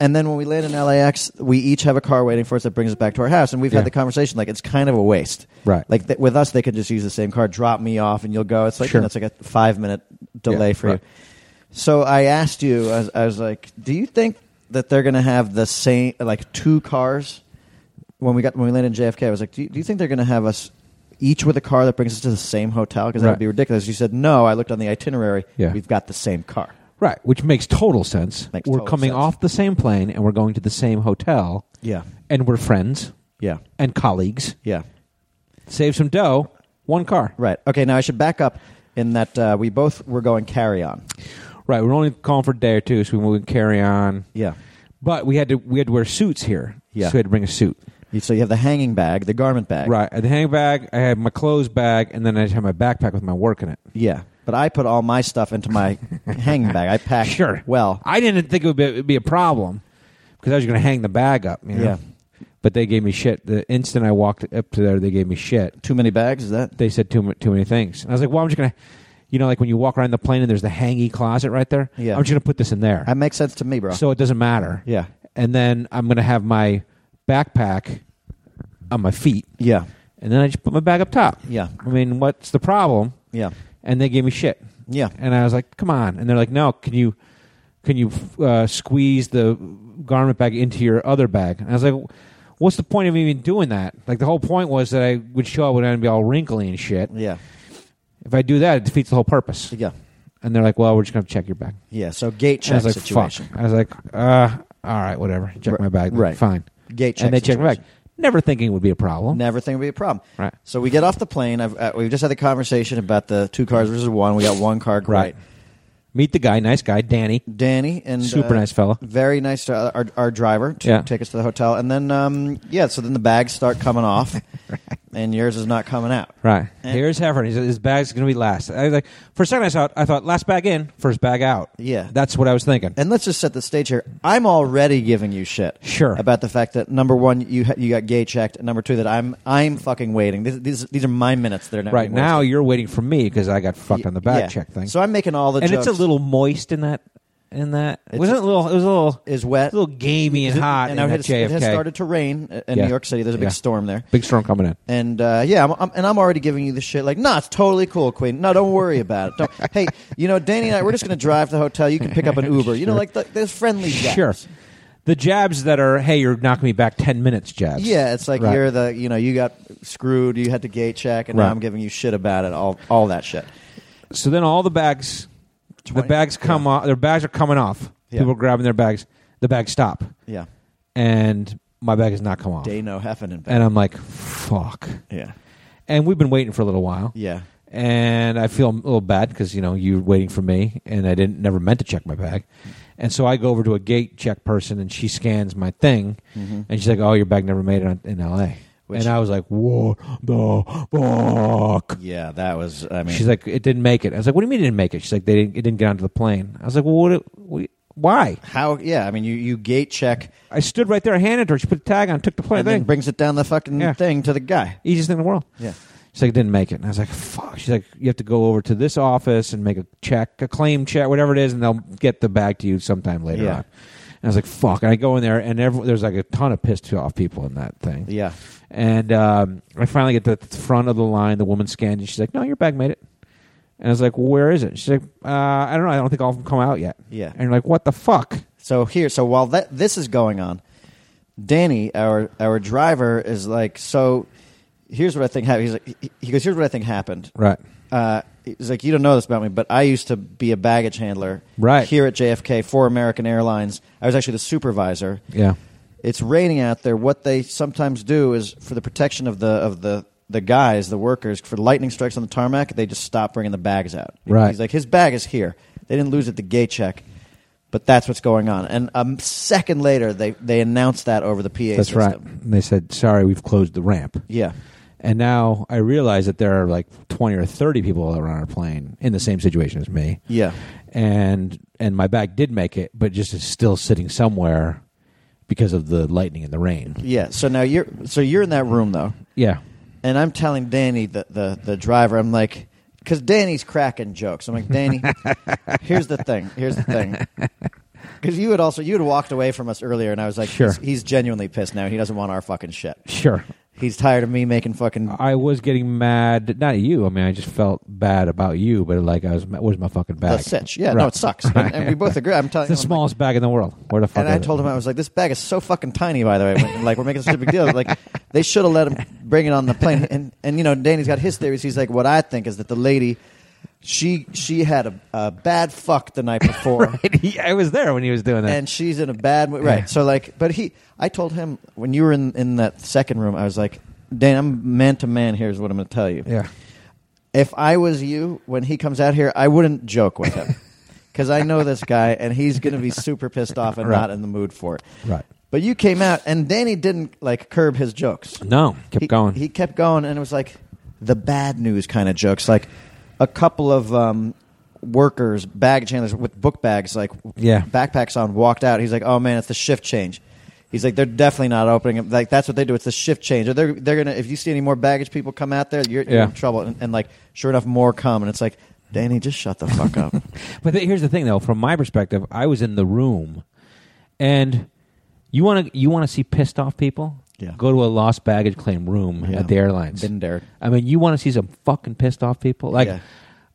D: And then when we land in LAX, we each have a car waiting for us that brings us back to our house. And we've
C: Yeah.
D: had the conversation like it's kind of a waste.
C: Right.
D: Like th- with us, they could just use the same car, drop me off, and you'll go. It's like
C: Sure.
D: you know, it's like a five minute delay
C: Yeah,
D: for
C: right.
D: you. So I asked you, I was, I was like, do you think that they're going to have the same like two cars when we got when we landed in JFK? I was like, do you, do you think they're going to have us? Each with a car that brings us to the same hotel because that
C: Right.
D: would be ridiculous. You said no. I looked on the itinerary.
C: Yeah.
D: We've got the same car.
C: Right, which makes total sense.
D: Makes
C: we're
D: total
C: coming
D: sense.
C: off the same plane and we're going to the same hotel
D: Yeah.
C: and we're friends
D: Yeah.
C: and colleagues.
D: Yeah.
C: Save some dough, one car.
D: Right. Okay. Now I should back up in that uh, we both were going carry on.
C: Right, we're only calling for a day or two, so we can carry on.
D: Yeah.
C: But we had to we had to wear suits here.
D: Yeah.
C: So we had to bring a suit.
D: You- So you have the hanging bag, the garment bag.
C: Right. I had the hang bag, I had my clothes bag, and then I had my backpack with my work in it.
D: Yeah. But I put all my stuff into my hanging bag. I packed
C: Sure.
D: well.
C: I didn't think it would be, it'd be a problem because I was going to hang the bag up. You know?
D: Yeah.
C: But they gave me shit. The instant I walked up to there, they gave me shit.
D: Too many bags, is that?
C: They said too, mu- too many things. And I was like, well, I'm just going to, you know, like when you walk around the plane and there's the hangy closet right there.
D: Yeah.
C: I'm just going to put this in there.
D: That makes sense to me, bro.
C: so it doesn't matter.
D: yeah.
C: And then I'm going to have my backpack on my feet.
D: Yeah.
C: And then I just put my bag up top.
D: Yeah.
C: I mean, what's the problem?
D: Yeah.
C: And they gave me shit.
D: Yeah.
C: and I was like, "Come on!" And they're like, "No, can you can you uh, squeeze the garment bag into your other bag?" And I was like, "What's the point of even doing that? Like the whole point was that I would show up and I'd be all wrinkly and shit.
D: Yeah.
C: If I do that, it defeats the whole purpose."
D: Yeah.
C: And they're like, "Well, we're just gonna check your bag."
D: Yeah. So gate
C: And I
D: check
C: was like,
D: situation.
C: "Fuck!" I was like, "Uh, all right, whatever. Check
D: Right.
C: my bag.
D: Right.
C: fine."
D: Gate check.
C: and they check my bag,
D: situation.
C: never thinking it would be a problem.
D: Never think it would be a problem.
C: Right.
D: So we get off the plane. I've, uh, we've just had the conversation about the two cars versus one. We got one car. Great.
C: Right. Meet the guy, nice guy, Danny,
D: Danny and
C: super
D: uh,
C: nice fella.
D: very nice to uh, our, our driver to
C: Yeah.
D: take us to the hotel, and then um, yeah, so then the bags start coming off, and yours is not coming out.
C: Right.
D: And-
C: Here's Heffern. He's, his bag's going to be last. I was like, for a second, I thought, I thought, last bag in, first bag out.
D: Yeah.
C: That's what I was thinking.
D: And let's just set the stage here. I'm already giving you shit.
C: Sure.
D: About the fact that number one, you ha- you got gay checked. And number two, that I'm I'm fucking waiting. These these, these are my minutes. that are not
C: right
D: being wasted.
C: now, you're waiting for me because I got fucked on the bag
D: Yeah.
C: check thing.
D: So I'm making all the
C: and
D: jokes.
C: it's a little moist in that. In that,
D: It's-
C: wasn't it a little? It was a little, it
D: is wet.
C: was a little gamey and hot.
D: and
C: in
D: now
C: that
D: it has, it has
C: JFK.
D: started to rain uh, in
C: Yeah.
D: New York City. There's a big
C: Yeah.
D: storm there.
C: Big storm coming in.
D: And uh, yeah, I'm, I'm, and I'm already giving you the shit. Like, nah, it's totally cool, Queen. No, don't worry about it. Don't, hey, you know, Danny and I, we're just going to drive to the hotel. You can pick up an Uber. You know, like the, there's friendly jabs.
C: Sure. The jabs that are, hey, you're knocking me back ten minutes. Jabs.
D: Yeah, it's like
C: Right.
D: you're the you know you got screwed. You had to gate check, and
C: Right.
D: now I'm giving you shit about it. All all that shit.
C: So then all the bags, the
D: Twenty-
C: bags come
D: yeah.
C: off. Their bags are coming off.
D: Yeah.
C: People are grabbing their bags. The bags stop,
D: Yeah,
C: and my bag has not come off.
D: Dano Heffernan.
C: and I'm like, fuck.
D: yeah,
C: And we've been waiting for a little while,
D: yeah,
C: and I feel a little bad because you know you're waiting for me, and I didn't never meant to check my bag, and so I go over to a gate check person, and she scans my thing, and she's like, "Oh, your bag never made it on, in L.A."
D: Mm-hmm. Which-
C: and I was like, "What the fuck?"
D: yeah. That was. I mean,
C: She's like, "It didn't make it." I was like, "What do you mean it didn't make it?" She's like, "They didn't. It didn't get onto the plane." I was like, "Well, what? what- Why?"
D: how? Yeah, I mean, you you gate check
C: I stood right there, I handed her. She put the tag on, took the plane.
D: and then
C: Thing.
D: brings it down the fucking
C: Yeah.
D: thing to the guy.
C: Easiest thing in the world.
D: Yeah,
C: She's like, didn't make it. And I was like, fuck. She's like, you have to go over to this office and make a check, a claim check, whatever it is, and they'll get the bag to you sometime later
D: Yeah.
C: on. And I was like, fuck. And I go in there, and every, there's like a ton of pissed off people in that thing.
D: yeah.
C: And um, I finally get to the front of the line. The woman scans, and she's like, no, your bag made it. And I was like, where is it? She's like, uh, I don't know. I don't think all of them come out yet.
D: Yeah.
C: And you're like, what the fuck?
D: So here, so while that this is going on, Danny, our our driver, is like, so here's what I think happened. He's like, he- he goes, here's what I think happened.
C: Right.
D: Uh, he's like, you don't know this about me, but I used to be a baggage handler
C: Right.
D: here at JFK for American Airlines. I was actually the supervisor.
C: Yeah.
D: It's raining out there. What they sometimes do is for the protection of the of the the guys, the workers, for lightning strikes on the tarmac, they just stop bringing the bags out.
C: Right.
D: He's like, his bag is here. They didn't lose it at the gate check, but that's what's going on. And a second later, they they announced that over the PA
C: That's
D: system.
C: right. And they said, sorry, we've closed the ramp.
D: Yeah.
C: And now I realize that there are like 20 or 30 people that are on our plane in the same situation as me.
D: Yeah.
C: And and my bag did make it, but just is still sitting somewhere because of the lightning and the rain.
D: Yeah. So now you're so you're in that room though.
C: Yeah.
D: and I'm telling Danny the the, the driver, I'm like, because Danny's cracking jokes. I'm like, Danny, here's the thing. Here's the thing. Because you had also you had walked away from us earlier, and I was like,
C: Sure.
D: he's, he's genuinely pissed now. He doesn't want our fucking shit.
C: Sure.
D: He's tired of me making fucking.
C: I was getting mad, not at you. I mean, I just felt bad about you, but like I was, where's my fucking
D: the
C: bag?
D: sitch. Yeah,
C: Right.
D: no, it sucks. And, and we both agree. I'm telling
C: It's the
D: I'm like-
C: smallest bag in the world. Where the fuck?
D: And I
C: is it?
D: told him I was like, "This bag is so fucking tiny." By the way, When- like we're making such a big deal. Like they should have let him bring it on the plane. And and you know, Danny's got his theories. He's like, "What I think is that the lady, she she had a, a bad fuck the night before,
C: He- I was there when he was doing that.
D: and she's in a bad mo- right." So like, but he, I told him when you were in in that second room, I was like, "Dan, I'm man to man. Here's what I'm going to tell you.
C: yeah.
D: If I was you, when he comes out here, I wouldn't joke with him." because I know this guy and he's going to be super pissed off and
C: Right.
D: not in the mood for it.
C: Right.
D: But you came out and Danny didn't like curb his jokes.
C: No, kept
D: He-
C: going.
D: He kept going and it was like the bad news kind of jokes, like a couple of um, workers, bag handlers with book bags, like
C: Yeah.
D: backpacks on, walked out. He's like, "Oh man, it's the shift change." He's like, "They're definitely not opening it. Like that's what they do. It's the shift change. Or They're they're gonna if you see any more baggage people come out there, you're, you're
C: Yeah.
D: in trouble." And, and like sure enough, more come, and it's like, "Danny, just shut the fuck up."
C: But th- here's the thing, though. From my perspective, I was in the room, and you want to you want to see pissed off people.
D: Yeah.
C: Go to a lost baggage claim room
D: Yeah.
C: at the airlines.
D: Been there.
C: I mean, you want to see some fucking pissed off people. Like,
D: Yeah.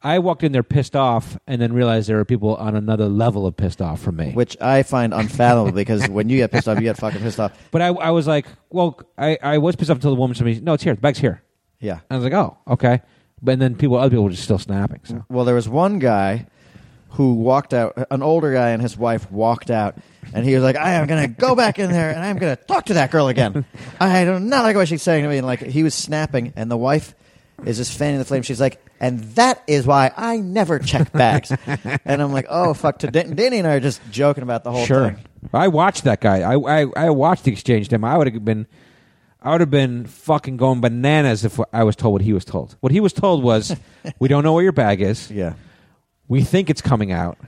C: I walked in there pissed off, and then realized there were people on another level of pissed off from me.
D: Which I find unfathomable because when you get pissed off, you get fucking pissed off.
C: but I, I was like, well, I, I was pissed off until the woman said, to me, "No, it's here. The bag's here."
D: Yeah.
C: And I was like, "Oh, okay." But and then people, other people were just still snapping. So
D: Well, there was one guy who walked out, an older guy and his wife walked out, and he was like, I am going to go back in there and I'm going to talk to that girl again. I do not like what she's saying to me. And like, he was snapping, and the wife is just fanning the flame. She's like, and that is why I never check bags. and I'm like, oh, fuck. To Dan- Danny and I are just joking about the whole
C: sure.
D: thing.
C: I watched that guy. I I, I watched the exchange to him. I would have been, I would have been fucking going bananas if I was told what he was told. What he was told was, we don't know where your bag is.
D: Yeah.
C: We think it's coming out.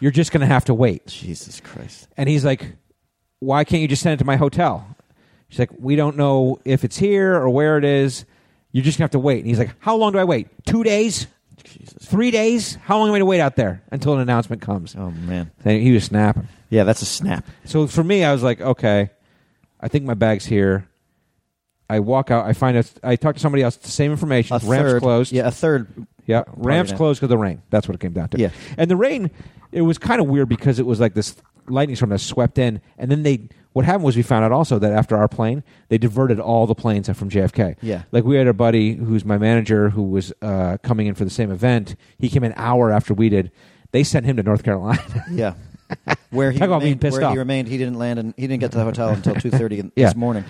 C: You're just gonna have to wait.
D: Jesus Christ.
C: And he's like, why can't you just send it to my hotel? She's like, we don't know if it's here or where it is. You're just gonna have to wait. And he's like, how long do I wait? Two days?
D: Jesus.
C: Three days? How long am I to wait out there until an announcement comes?
D: Oh, man.
C: And he was snapping.
D: Yeah, that's a snap.
C: So for me, I was like, okay, I think my bag's here. I walk out. I find out. I talk to somebody else. The same information.
D: A
C: Ramps
D: third,
C: closed.
D: Yeah, a third.
C: yeah. Ramps
D: now.
C: closed because of the rain. That's what it came down to.
D: Yeah.
C: And the rain, it was kind of weird because it was like this lightning storm that swept in, and then they. What happened was we found out also that after our plane, they diverted all the planes from JFK.
D: Yeah.
C: Like we had a buddy who's my manager who was uh, coming in for the same event. He came an hour after we did. They sent him to North Carolina.
D: Yeah. Where he
C: Talk about being
D: remained,
C: pissed
D: where
C: off.
D: he remained, he didn't land and he didn't get to the hotel until two thirty
C: Yeah.
D: this morning,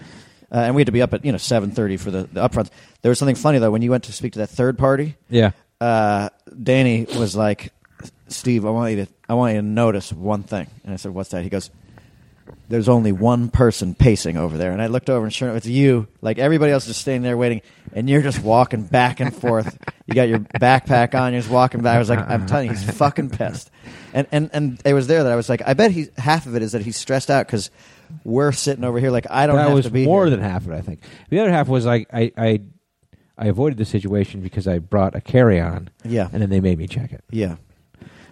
D: uh, and we had to be up at you know seven thirty for the, the upfronts. There was something funny though when you went to speak to that third party.
C: yeah.
D: Uh, Danny was like, "Steve, I want you to I want you to notice one thing," and I said, "What's that?" He goes. There's only one person pacing over there, and I looked over, and sure enough, it's you. Like everybody else is just standing there waiting, and you're just walking back and forth. You got your backpack on, you're just walking back. I was like, I'm telling you, he's fucking pissed. And and and it was there that I was like, I bet he half of it is that he's stressed out because we're sitting over here like I don't
C: that
D: have
C: was
D: to be
C: more
D: here.
C: than half of it. I think the other half was like I I, I avoided the situation because I brought a carry on.
D: Yeah.
C: and then they made me check it.
D: yeah.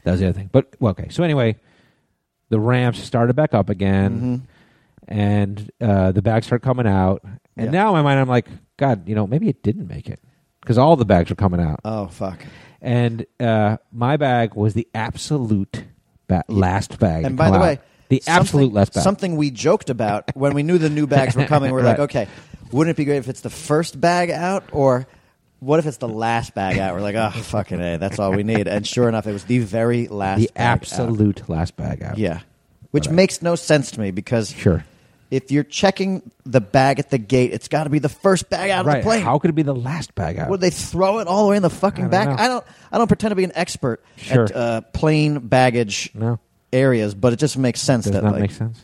C: That was the other thing. But well, okay, so anyway, the ramps started back up
D: Mm-hmm.
C: again, and uh, the bags start coming out. And
D: Yeah.
C: now in my mind, I'm like, God, you know, maybe it didn't make it because all the bags were coming out,
D: Oh fuck.
C: and uh, my bag was the absolute ba- last bag. to
D: And by
C: come
D: the
C: out.
D: way,
C: the
D: something-
C: absolute last bag.
D: Something we joked about when we knew the new bags were coming. We're like,
C: Right.
D: okay, wouldn't it be great if it's the first bag out or. What if it's the last bag out? We're like, oh fucking a, that's all we need. And sure enough, it was the very last.
C: the
D: bag out.
C: absolute last bag out.
D: yeah, which
C: Right.
D: makes no sense to me because
C: Sure.
D: if you're checking the bag at the gate, it's got to be the first bag out
C: right.
D: of the plane.
C: How could it be the last bag out?
D: Would they throw it all the way in the fucking
C: I don't
D: back?
C: know.
D: I don't. I don't pretend to be an expert
C: Sure.
D: at uh, plane baggage
C: No.
D: areas, but it just makes sense
C: Does
D: that
C: not
D: like,
C: make sense.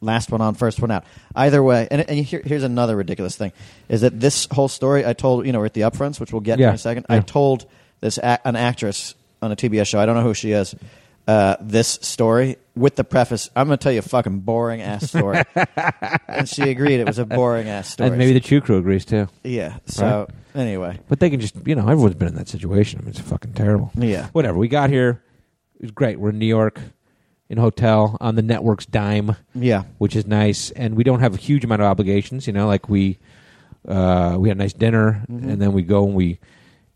D: last one on, first one out. Either way, and, and here, here's another ridiculous thing: is that this whole story I told, you know, we're at the upfronts, which we'll get
C: Yeah,
D: in a second. I
C: yeah.
D: told this a- an actress on a TBS show. I don't know who she is. Uh, this story with the preface. I'm going to tell you a fucking boring ass story, and she agreed it was a boring ass story.
C: And maybe the Chew Crew agrees too.
D: yeah. So anyway,
C: But they can just, you know, everyone's been in that situation. I mean, it's fucking terrible.
D: Yeah.
C: Whatever. We got here. It was great. We're in New York, in a hotel on the network's dime,
D: yeah,
C: which is nice. And we don't have a huge amount of obligations. You know, like we uh, we had a nice dinner,
D: Mm-hmm.
C: and then we go and we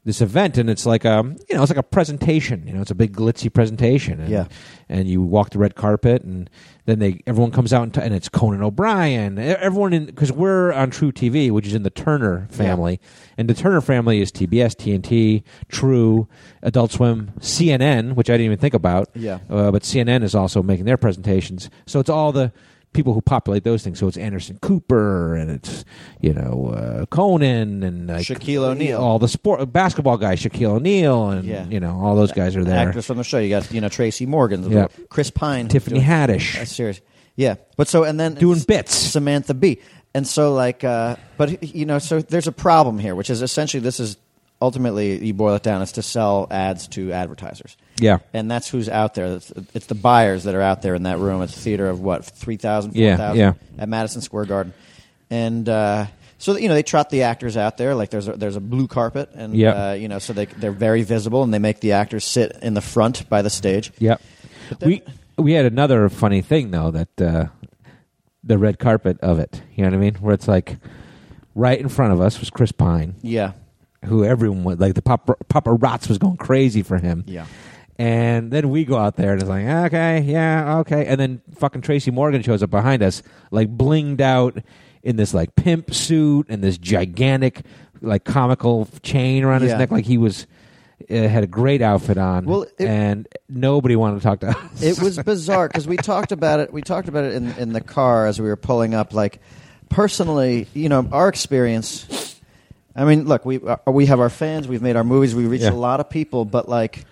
C: this event, and it's like a you know it's like a presentation. You know, it's a big glitzy presentation. And,
D: Yeah.
C: And you walk the red carpet, and then they everyone comes out, and, t- and it's Conan O'Brien. E- Everyone in because we're on True TV, which is in the Turner family, and the Turner family is TBS, TNT, True, Adult Swim, CNN, which I didn't even think about.
D: Yeah.
C: Uh, but CNN is also making their presentations, so it's all the people who populate those things. So it's Anderson Cooper and it's you know uh, Conan and like,
D: Shaquille O'Neal.
C: all the sport basketball guys, Shaquille O'Neal, and
D: Yeah.
C: you know all those guys are there.
D: Actors from the show. You got you know Tracy Morgan,
C: Yep.
D: Chris Pine,
C: Tiffany
D: doing-
C: Haddish.
D: That's serious. Yeah, but so and then
C: Doing
D: S-
C: bits.
D: Samantha B. And so like, uh, but you know, so there's a problem here, which is essentially this is ultimately you boil it down, it's to sell ads to advertisers.
C: Yeah.
D: and that's who's out there. It's, it's the buyers that are out there in that room. It's a theater of what 3,000,
C: Yeah,
D: 4,000
C: yeah.
D: at Madison Square Garden, and. Uh, so you know they trot the actors out there like there's a, there's a blue carpet and
C: Yep.
D: uh, you know so they they're very visible and they make the actors sit in the front by the stage.
C: Yep.
D: then-
C: we we had another funny thing though that uh, the red carpet of it. You know what I mean? Where it's like right in front of us was Chris Pine,
D: Yeah,
C: who everyone was like the pop, paparazzi was going crazy for him.
D: yeah.
C: And then we go out there and it's like, okay, yeah, okay. And then fucking Tracy Morgan shows up behind us, like blinged out in this like pimp suit and this gigantic, like comical chain around his
D: Yeah.
C: neck, like he was uh, had a great outfit on.
D: Well, it-
C: and nobody wanted to talk to us.
D: it was bizarre because we talked about it. We talked about it in, in the car as we were pulling up. Like, personally, you know, our experience. I mean, look, we uh, we have our fans. We've made our movies. We reach
C: Yeah.
D: a lot of people, but like,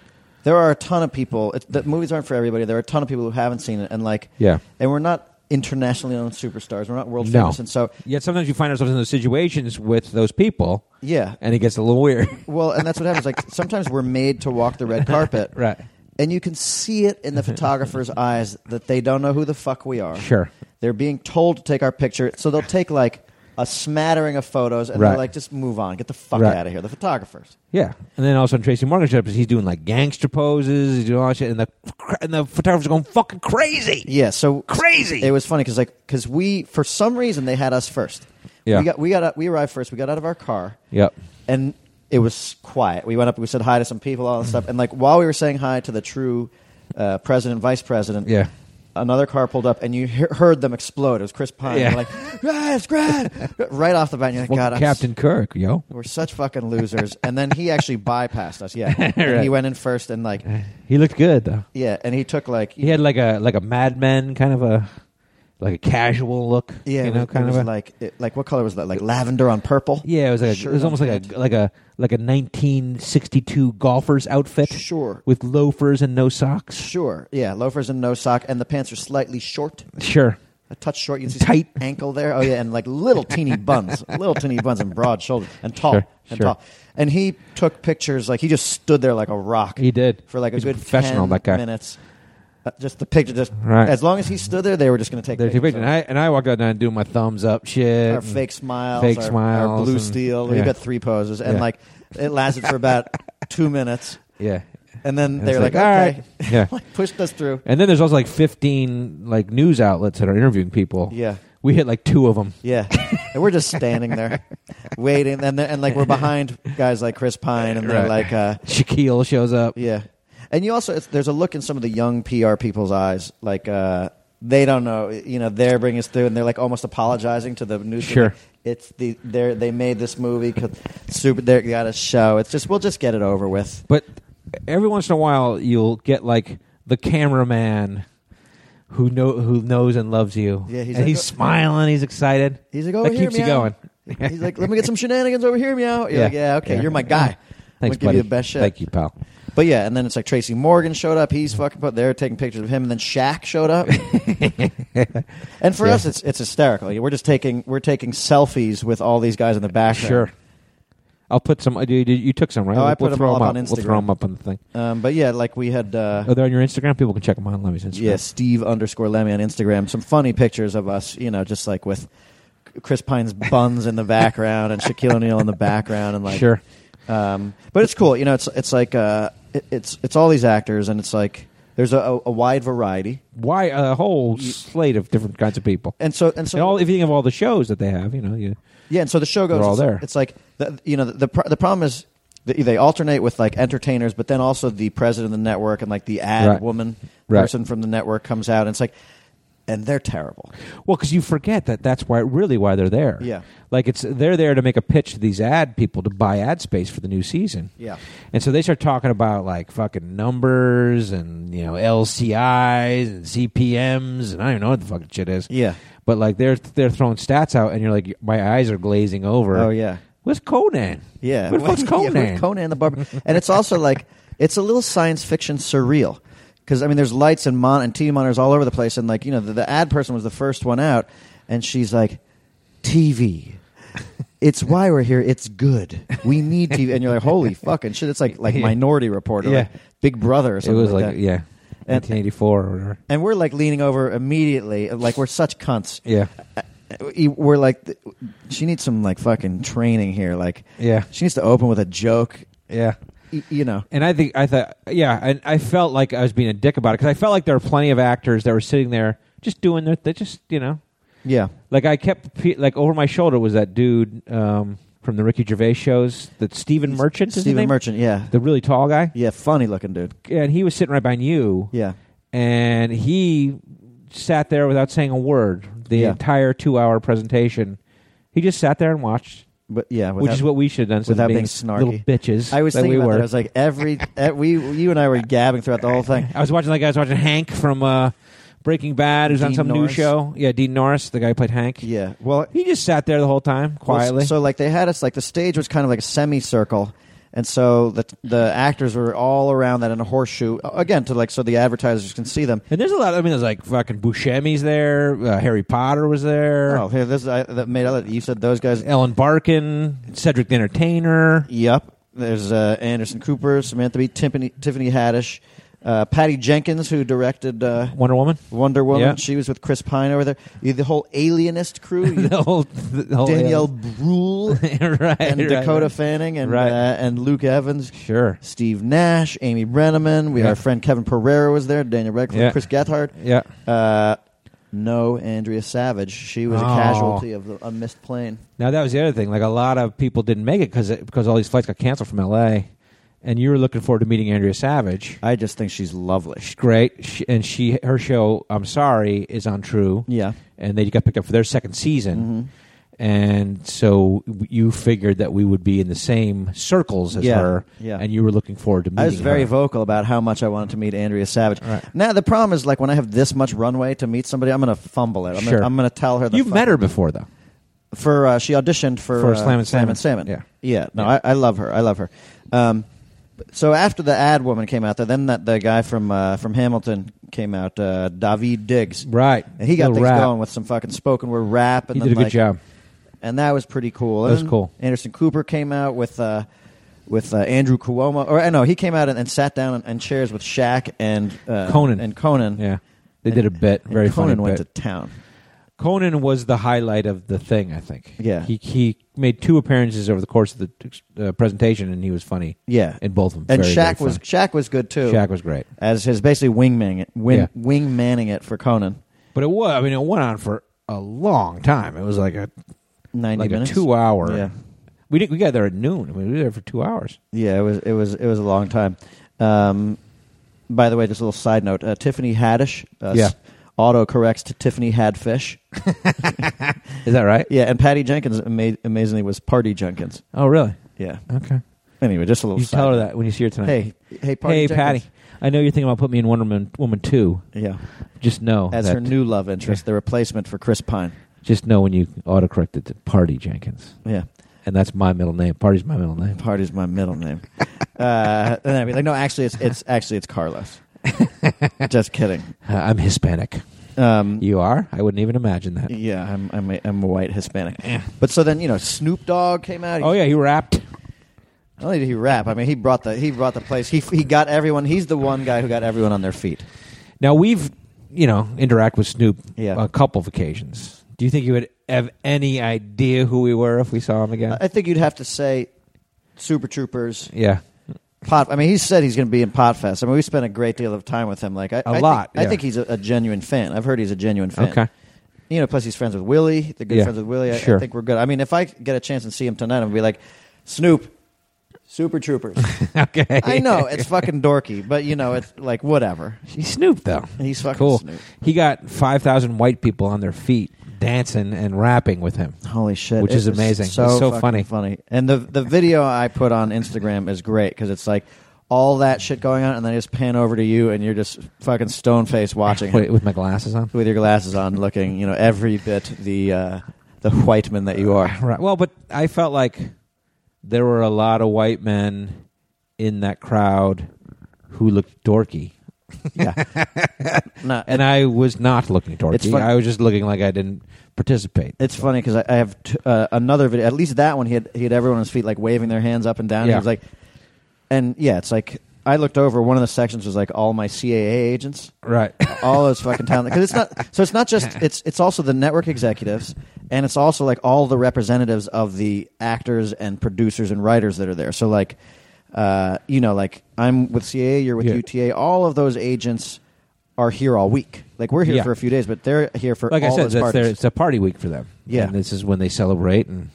D: there are a ton of people. It, the movies aren't for everybody. There are a ton of people who haven't seen it, and like,
C: Yeah.
D: and we're not internationally known superstars. We're not world
C: No.
D: famous, and so
C: Yet sometimes you find yourself in those situations with those people,
D: yeah.
C: and it gets a little weird.
D: Well, and that's what happens. Like sometimes we're made to walk the red carpet,
C: Right.
D: And you can see it in the photographer's eyes that they don't know who the fuck we are.
C: Sure.
D: They're being told to take our picture, so they'll take like a smattering of photos, and
C: Right.
D: they're like, "Just move on, get the fuck
C: Right.
D: out of here." The photographers.
C: yeah, and then all of a sudden Tracy Morgan shows up. He's doing like gangster poses, he's doing all that shit, and the and the photographers going fucking crazy.
D: Yeah. So
C: Crazy.
D: It was funny because like because we for some reason they had us first.
C: Yeah.
D: We got we got we arrived first. We got out of our car.
C: Yep.
D: and it was quiet. We went up, we said hi to some people, all that stuff, and like while we were saying hi to the true uh, president, vice president,
C: Yeah.
D: another car pulled up, and you he- heard them explode. It was Chris Pine,
C: Yeah.
D: We're like "Ah, it's great!" right off the bat. And you're like,
C: Well,
D: God, I'm s-
C: Captain Kirk, yo.
D: we're such fucking losers. and then he actually bypassed us. Yeah, And
C: Right.
D: he went in first, and like
C: He looked good though.
D: yeah, and he took like
C: He had like a like a Mad Men kind of a like a casual look.
D: yeah,
C: you
D: it
C: know,
D: was,
C: kind
D: it was
C: of a,
D: like it, like what color was that? Like lavender on purple.
C: yeah. It was like a,
D: Shirt
C: it was
D: on
C: almost like a like a like a 1962 golfer's outfit.
D: Sure.
C: With loafers and no socks.
D: Sure, yeah, loafers and no sock, and the pants are slightly short.
C: Sure.
D: a touch short. You can see
C: Tight.
D: some ankle there. Oh yeah, and like little teeny buns, little teeny buns, and broad shoulders, and tall,
C: Sure,
D: and
C: sure.
D: tall. And he took pictures like he just stood there like a rock.
C: He did.
D: for like a
C: He's a
D: good
C: professional,
D: 10
C: that guy.
D: minutes. Uh, just the picture, just
C: Right.
D: as long as he stood there, they were just going to take
C: They're too
D: pictures.
C: big. And I and I walked out there and do my thumbs up shit.
D: our
C: and-
D: fake smiles,
C: fake
D: our, our
C: smiles
D: blue
C: and-
D: steel.
C: yeah.
D: We got three poses, and
C: Yeah.
D: like it lasted for about two minutes,
C: Yeah.
D: and
C: And
D: then they
C: it's
D: were like,
C: like, all
D: "Okay,"
C: right. Yeah.
D: like, pushed us through.
C: And then there's also like 15 like news outlets that are interviewing people.
D: Yeah.
C: We hit like two of them.
D: Yeah, and we're just standing there, waiting, and then- and like we're behind guys like Chris Pine, and they're
C: Right.
D: like, uh,
C: Shaquille shows up.
D: yeah, and you also it's, there's a look in some of the young PR people's eyes, like uh, they don't know, you know, they're bringing us through, and they're like almost apologizing to the news.
C: Sure.
D: like, it's the they they made this movie because super they got a show. It's just we'll just get it over with.
C: But every once in a while, you'll get like the cameraman who know who knows and loves you.
D: Yeah, he's
C: and
D: like,
C: he's
D: "Oh."
C: smiling. He's excited.
D: He's like, over
C: that
D: here,
C: keeps you
D: meow."
C: going.
D: He's like, let me get some shenanigans over here, meow. You're
C: Yeah.
D: like, yeah, okay,
C: Yeah.
D: you're my guy.
C: Thanks,
D: I'm gonna give
C: buddy.
D: you the best shit.
C: Thank you, pal.
D: But yeah, and then it's like Tracy Morgan showed up. He's fucking put there taking pictures of him, and then Shaq showed up. and for
C: Yeah.
D: us, it's it's hysterical. We're just taking we're taking selfies with all these guys in the background.
C: Sure. I'll put some. uh, You, you- you took some, right?
D: Oh, I
C: we'll,
D: put
C: we'll
D: them
C: throw
D: all up
C: up.
D: on
C: We'll throw
D: Instagram.
C: them up on the thing.
D: Um, but yeah, like we had uh,
C: Oh, they're on your Instagram. People can check them out on Lemmy's Instagram.
D: yeah Steve underscore Lemmy on Instagram. Some funny pictures of us, you know, just like with Chris Pine's buns in the background and Shaquille O'Neal in the background, and like
C: sure.
D: Um, but it's cool, you know. It's it's like uh, it, it's it's all these actors, and it's like there's a, a, a wide variety,
C: Why a whole slate of different kinds of people?
D: and so and so
C: And all, if you think of all the shows that they have, you know, you,
D: Yeah, and so the show goes.
C: They're all there.
D: It's like the, you know the the, pro- the problem is that they alternate with like entertainers, but then also the president of the network and like the ad
C: Right.
D: woman
C: Right.
D: person from the network comes out, and it's like and they're terrible.
C: Well, because you forget that that's why really why they're there.
D: Yeah.
C: like it's they're there to make a pitch to these ad people to buy ad space for the new season.
D: Yeah.
C: and so they start talking about like fucking numbers and you know LCIs and CPMS and I don't even know what the fucking shit is.
D: Yeah.
C: but like they're they're throwing stats out and you're like my eyes are glazing over.
D: Oh yeah.
C: what's Conan?
D: Yeah.
C: what, what's
D: Yeah,
C: Conan?
D: with Conan the Barber. And it's also like it's a little science fiction surreal because I mean there's lights and mon and TV monitors all over the place and like you know the, the ad person was the first one out and she's like TV. It's why we're here. It's good. We need TV, and you're like, holy fucking shit! It's like like
C: Yeah.
D: Minority Report or like
C: Yeah.
D: Big Brother or
C: It
D: something.
C: was like,
D: that.
C: yeah,
D: And-
C: 1984 or whatever.
D: and we're like leaning over immediately, like we're such cunts. E,
C: Yeah.
D: we're like, th- she needs some like fucking training here. Like,
C: Yeah.
D: she needs to open with a joke.
C: Yeah.
D: y- You know,
C: And I think I thought, yeah, and I felt like I was being a dick about it because I felt like there were plenty of actors that were sitting there just doing their, they just you know,
D: yeah.
C: like I kept pe- like over my shoulder was that dude um, from the Ricky Gervais shows, that Stephen Merchant, is his
D: Stephen
C: name?
D: Merchant, yeah,
C: the really tall guy,
D: yeah, funny looking dude.
C: and he was sitting right behind you,
D: Yeah,
C: and he sat there without saying a word the
D: Yeah.
C: entire two-hour presentation. He just sat there and watched,
D: but yeah,
C: which
D: without-
C: is what we should have done. instead of
D: without being
C: little
D: snarky.
C: bitches.
D: I was
C: that
D: thinking
C: we
D: about
C: were.
D: that. I was like, every e- we, you and I were gabbing throughout the whole thing.
C: I was watching like I was watching Hank from uh, Breaking Bad, who's on
D: Dean
C: some
D: Norris.
C: new show. Yeah, Dean Norris, the guy who played Hank.
D: Yeah, well,
C: He just sat there the whole time quietly.
D: Well, so like they had us like the stage was kind of like a semicircle, and so the the actors were all around that in a horseshoe again to like so the advertisers can see them.
C: and there's a lot. I mean, there's like fucking Buscemi's there. Uh, Harry Potter was there.
D: Oh, here, this I, that made other. You said those guys.
C: Ellen Barkin, Cedric the Entertainer.
D: Yep. There's uh, Anderson Cooper, Samantha Bee, Tiffany, Tiffany Haddish, uh, Patty Jenkins, who directed uh,
C: Wonder Woman.
D: Wonder Woman.
C: Yeah.
D: She was with Chris Pine over there. You- The whole Alienist crew. you-
C: the whole, the whole
D: Danielle Brule
C: right,
D: and
C: right,
D: Dakota
C: right.
D: Fanning and
C: Right.
D: uh, and Luke Evans.
C: Sure.
D: Steve Nash, Amy Brenneman. We,
C: Yeah.
D: Our friend Kevin Pereira was there. Daniel Radcliffe,
C: Yeah.
D: Chris Gethard.
C: Yeah.
D: Uh, no, Andrea Savage. She was a
C: Oh.
D: casualty of the, a missed plane.
C: Now that was the other thing. Like a lot of people didn't make it because because all these flights got canceled from L.A. And you were looking forward to meeting Andrea Savage.
D: I just think she's lovely.
C: She's great, she, and she her show "I'm Sorry" is on True.
D: Yeah. Mm-hmm.
C: and they got picked up for their second season, and so w- you figured that we would be in the same circles as
D: Yeah,
C: her,
D: yeah.
C: and you were looking forward to meeting.
D: I was very
C: her.
D: vocal about how much I wanted to meet Andrea Savage.
C: Right.
D: Now the problem is like when I have this much runway to meet somebody, I'm going to fumble it. I'm
C: Sure.
D: gonna, I'm going to tell her. The
C: You've
D: fuck-
C: met her before, though.
D: for uh, she auditioned for
C: For
D: uh,
C: Slam and
D: Slam and
C: Salmon.
D: Salmon.
C: Yeah.
D: yeah. No,
C: Yeah.
D: I, I love her. I love her. Um, so after the ad woman came out, there, then that the guy from uh, from Hamilton came out, uh, David Diggs,
C: Right,
D: and he got
C: Little
D: things
C: rap.
D: going with some fucking spoken word rap. And
C: He
D: then,
C: did a good
D: like,
C: job.
D: and that was pretty cool.
C: That
D: And
C: was
D: then
C: cool.
D: Anderson Cooper came out with uh, with uh, Andrew Cuomo, or I know he came out and, and sat down in, in chairs with Shaq and uh,
C: Conan.
D: and Conan.
C: Yeah, they
D: And-
C: did a bit.
D: and
C: Very
D: Conan
C: funny
D: went
C: bit.
D: to town.
C: Conan was the highlight of the thing. I think.
D: Yeah.
C: he he made two appearances over the course of the uh, presentation, and he was funny.
D: Yeah,
C: in both of them.
D: and
C: Very, very
D: Shaq was
C: funny.
D: Shaq was good too.
C: Shaq was great.
D: as his basically wingman it, wing,
C: Yeah.
D: wing manning it for Conan.
C: But it was. I mean, it went on for a long time. It was like a
D: Ninety
C: like
D: minutes,
C: a two hour.
D: Yeah,
C: We did, we got there at noon. I mean, we were there for two hours.
D: yeah. It was it was it was a long time. Um, by the way, just a little side note: uh, Tiffany Haddish, uh,
C: Yeah.
D: auto corrects to Tiffany Hadfish.
C: Is that right?
D: yeah, and Patty Jenkins ama- amazingly was Party Jenkins.
C: Oh, really?
D: Yeah.
C: Okay.
D: Anyway, just a little.
C: You
D: side
C: tell her
D: note.
C: that when you see her tonight.
D: Hey, hey, Party
C: hey,
D: Jenkins.
C: Patty. I know you're thinking about putting me in Wonder Woman, Woman Two.
D: Yeah,
C: Just know
D: as
C: that,
D: her new love interest, the replacement for Chris Pine.
C: Just know when you autocorrected to Party Jenkins,
D: Yeah,
C: and that's my middle name. Party's my middle name.
D: Party's my middle name. uh, and I'd be like, no, actually, it's it's actually it's Carlos. just kidding.
C: Uh, I'm Hispanic.
D: Um,
C: You are? I wouldn't even imagine that.
D: yeah, I'm I'm a, I'm a white Hispanic. But so then you know Snoop Dogg came out.
C: Oh yeah, he rapped.
D: Not only did he rap, I mean he brought the he brought the place. He he got everyone. He's the one guy who got everyone on their feet.
C: Now we've, you know, interact with Snoop
D: Yeah.
C: a couple of occasions. Do you think you would have any idea who we were if we saw him again?
D: I think you'd have to say Super Troopers.
C: yeah.
D: Pot. I mean, he said he's going to be in Potfest. I mean, we spent a great deal of time with him. Like I, I
C: lot,
D: Think,
C: yeah.
D: I think he's a, a genuine fan. I've heard he's a genuine fan.
C: Okay.
D: You know, plus he's friends with Willie. They're good
C: Yeah,
D: friends with Willie. I, I
C: sure.
D: think we're good. I mean, if I get a chance and see him tonight, I'm gonna be like, Snoop, Super Troopers.
C: okay.
D: I know it's fucking dorky, but you know it's like whatever.
C: He's Snoop though.
D: He's fucking
C: cool.
D: Snoop.
C: He got five thousand white people on their feet dancing and rapping with him.
D: Holy shit!
C: Which
D: it
C: is
D: was
C: amazing.
D: So,
C: It's so
D: fucking
C: funny.
D: funny. And the the video I put on Instagram is great because it's like all that shit going on, and then I just pan over to you, and you're just fucking stone faced watching
C: Wait,
D: it
C: with my glasses on.
D: with your glasses on, looking you know every bit the uh, the white man that you are.
C: Right. Well, but I felt like there were a lot of white men in that crowd who looked dorky,
D: Yeah. no,
C: and I was not looking dorky.
D: It's fun-
C: I was just looking like I didn't participate.
D: It's funny because I, I have t- uh, another video. At least that one, he had he had everyone on his feet like waving their hands up and down.
C: Yeah.
D: He was like, and yeah, it's like I looked over. One of the sections was like all my CAA agents,
C: right.
D: all those fucking talent. Because it's not so. It's not just it's it's also the network executives, and it's also like all the representatives of the actors and producers and writers that are there. So like, uh, you know, like I'm with CAA, you're with
C: Yeah.
D: UTA. All of those agents are here all week. Like we're here
C: Yeah.
D: for a few days, but they're here for
C: like I
D: all
C: said,
D: those
C: that's
D: parties.
C: their, it's a party week for them.
D: Yeah.
C: and this is when they celebrate, and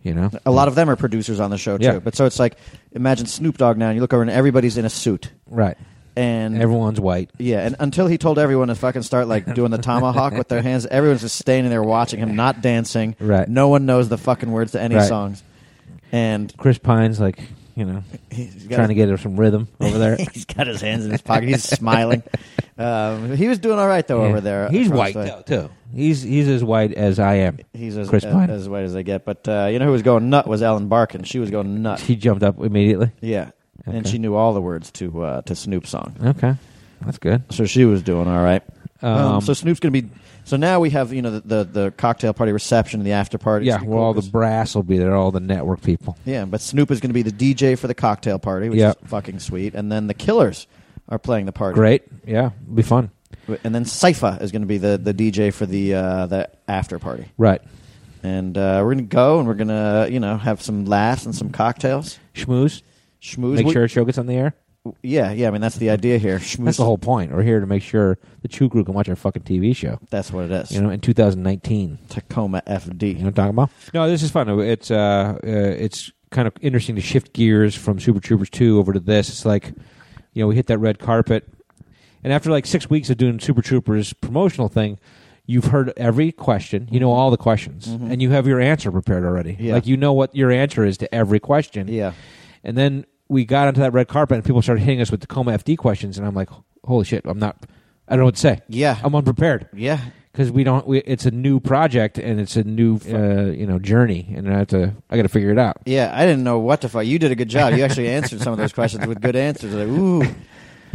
C: you know,
D: A lot of them are producers on the show too.
C: Yeah.
D: But so it's like imagine Snoop Dogg now, and you look over and everybody's in a suit,
C: right.
D: and
C: Everyone's white.
D: yeah, and until he told everyone to fucking start like doing the tomahawk with their hands, everyone's just standing there watching him, not dancing.
C: Right.
D: No one knows the fucking words to any
C: Right.
D: songs, and
C: Chris Pine's like, you know,
D: he's got
C: trying to get her some rhythm over there.
D: he's got his hands in his pocket. He's smiling. Um, he was doing all right though over
C: Yeah.
D: there.
C: He's
D: across
C: white
D: the-
C: though too. He's he's as white as I am.
D: He's as,
C: Chris
D: as,
C: Pine.
D: as white as they get. But uh, you know who was going nut was Ellen Barkin. She was going nut.
C: She jumped up immediately.
D: Yeah. And
C: Okay.
D: she knew all the words to uh, to Snoop song.
C: Okay, that's good.
D: So she was doing all right. Um,
C: Um,
D: so Snoop's going to be. So now we have you know the the, the cocktail party reception, the after party.
C: Yeah,
D: It's gonna be
C: well,
D: cool
C: all the
D: 'cause-
C: brass will be there, all the network people.
D: yeah, but Snoop is going to be the DJ for the cocktail party, which
C: Yeah.
D: is fucking sweet. And then the Killers are playing the party.
C: Great, yeah, it'll be fun.
D: And then Sypha is going to be the, the DJ for the uh, the after party.
C: Right,
D: And uh, we're going to go and we're going to you know have some laughs and some cocktails,
C: schmooze.
D: schmooze.
C: Make
D: We-
C: sure a show gets on the air.
D: Yeah, yeah. I mean that's the idea here. Schmooze.
C: That's the whole point. We're here to make sure the Chew Crew can watch our fucking TV show.
D: That's what it is.
C: You know, in 2019.
D: Tacoma FD.
C: You know what I'm talking about? No, this is fun. It's uh, uh it's kind of interesting to shift gears from Super Troopers 2 over to this. It's like, you know, we hit that red carpet, and after like six weeks of doing Super Troopers promotional thing, you've heard every question. You know all the questions,
D: Mhm.
C: and you have your answer prepared already.
D: Yeah.
C: Like you know what your answer is to every question.
D: Yeah.
C: And then we got onto that red carpet, and people started hitting us with Tacoma FD questions, and I'm like, holy shit, I'm not. I don't know what to say.
D: Yeah.
C: I'm unprepared
D: yeah.
C: because we don't. We, it's a new project and it's a new uh, you know journey, and I have to. I got to figure it out.
D: Yeah, I didn't know what to fuck. You did a good job. You actually answered some of those questions with good answers. Like, ooh,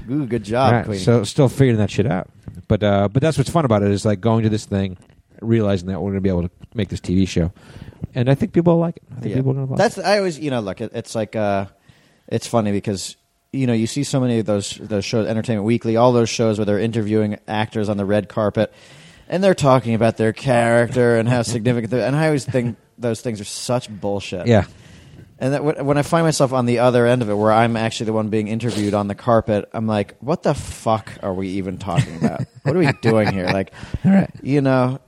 D: ooh, good job,
C: Right,
D: Queen.
C: so still figuring that shit out. But uh, but that's what's fun about it is like going to this thing, realizing that we're going to be able to make this TV show, and I think people will like it. I think
D: Yeah.
C: people are going to like.
D: That's I always, you know, look, it, it's like uh, it's funny because you know you see so many of those those shows, Entertainment Weekly, all those shows where they're interviewing actors on the red carpet, and they're talking about their character and how significant. They're, and I always think those things are such bullshit.
C: it. Yeah,
D: And that when when I find myself on the other end of it, where I'm actually the one being interviewed on the carpet, I'm like, "What the fuck are we even talking about? what are we doing here?" Like,
C: All right.
D: you know,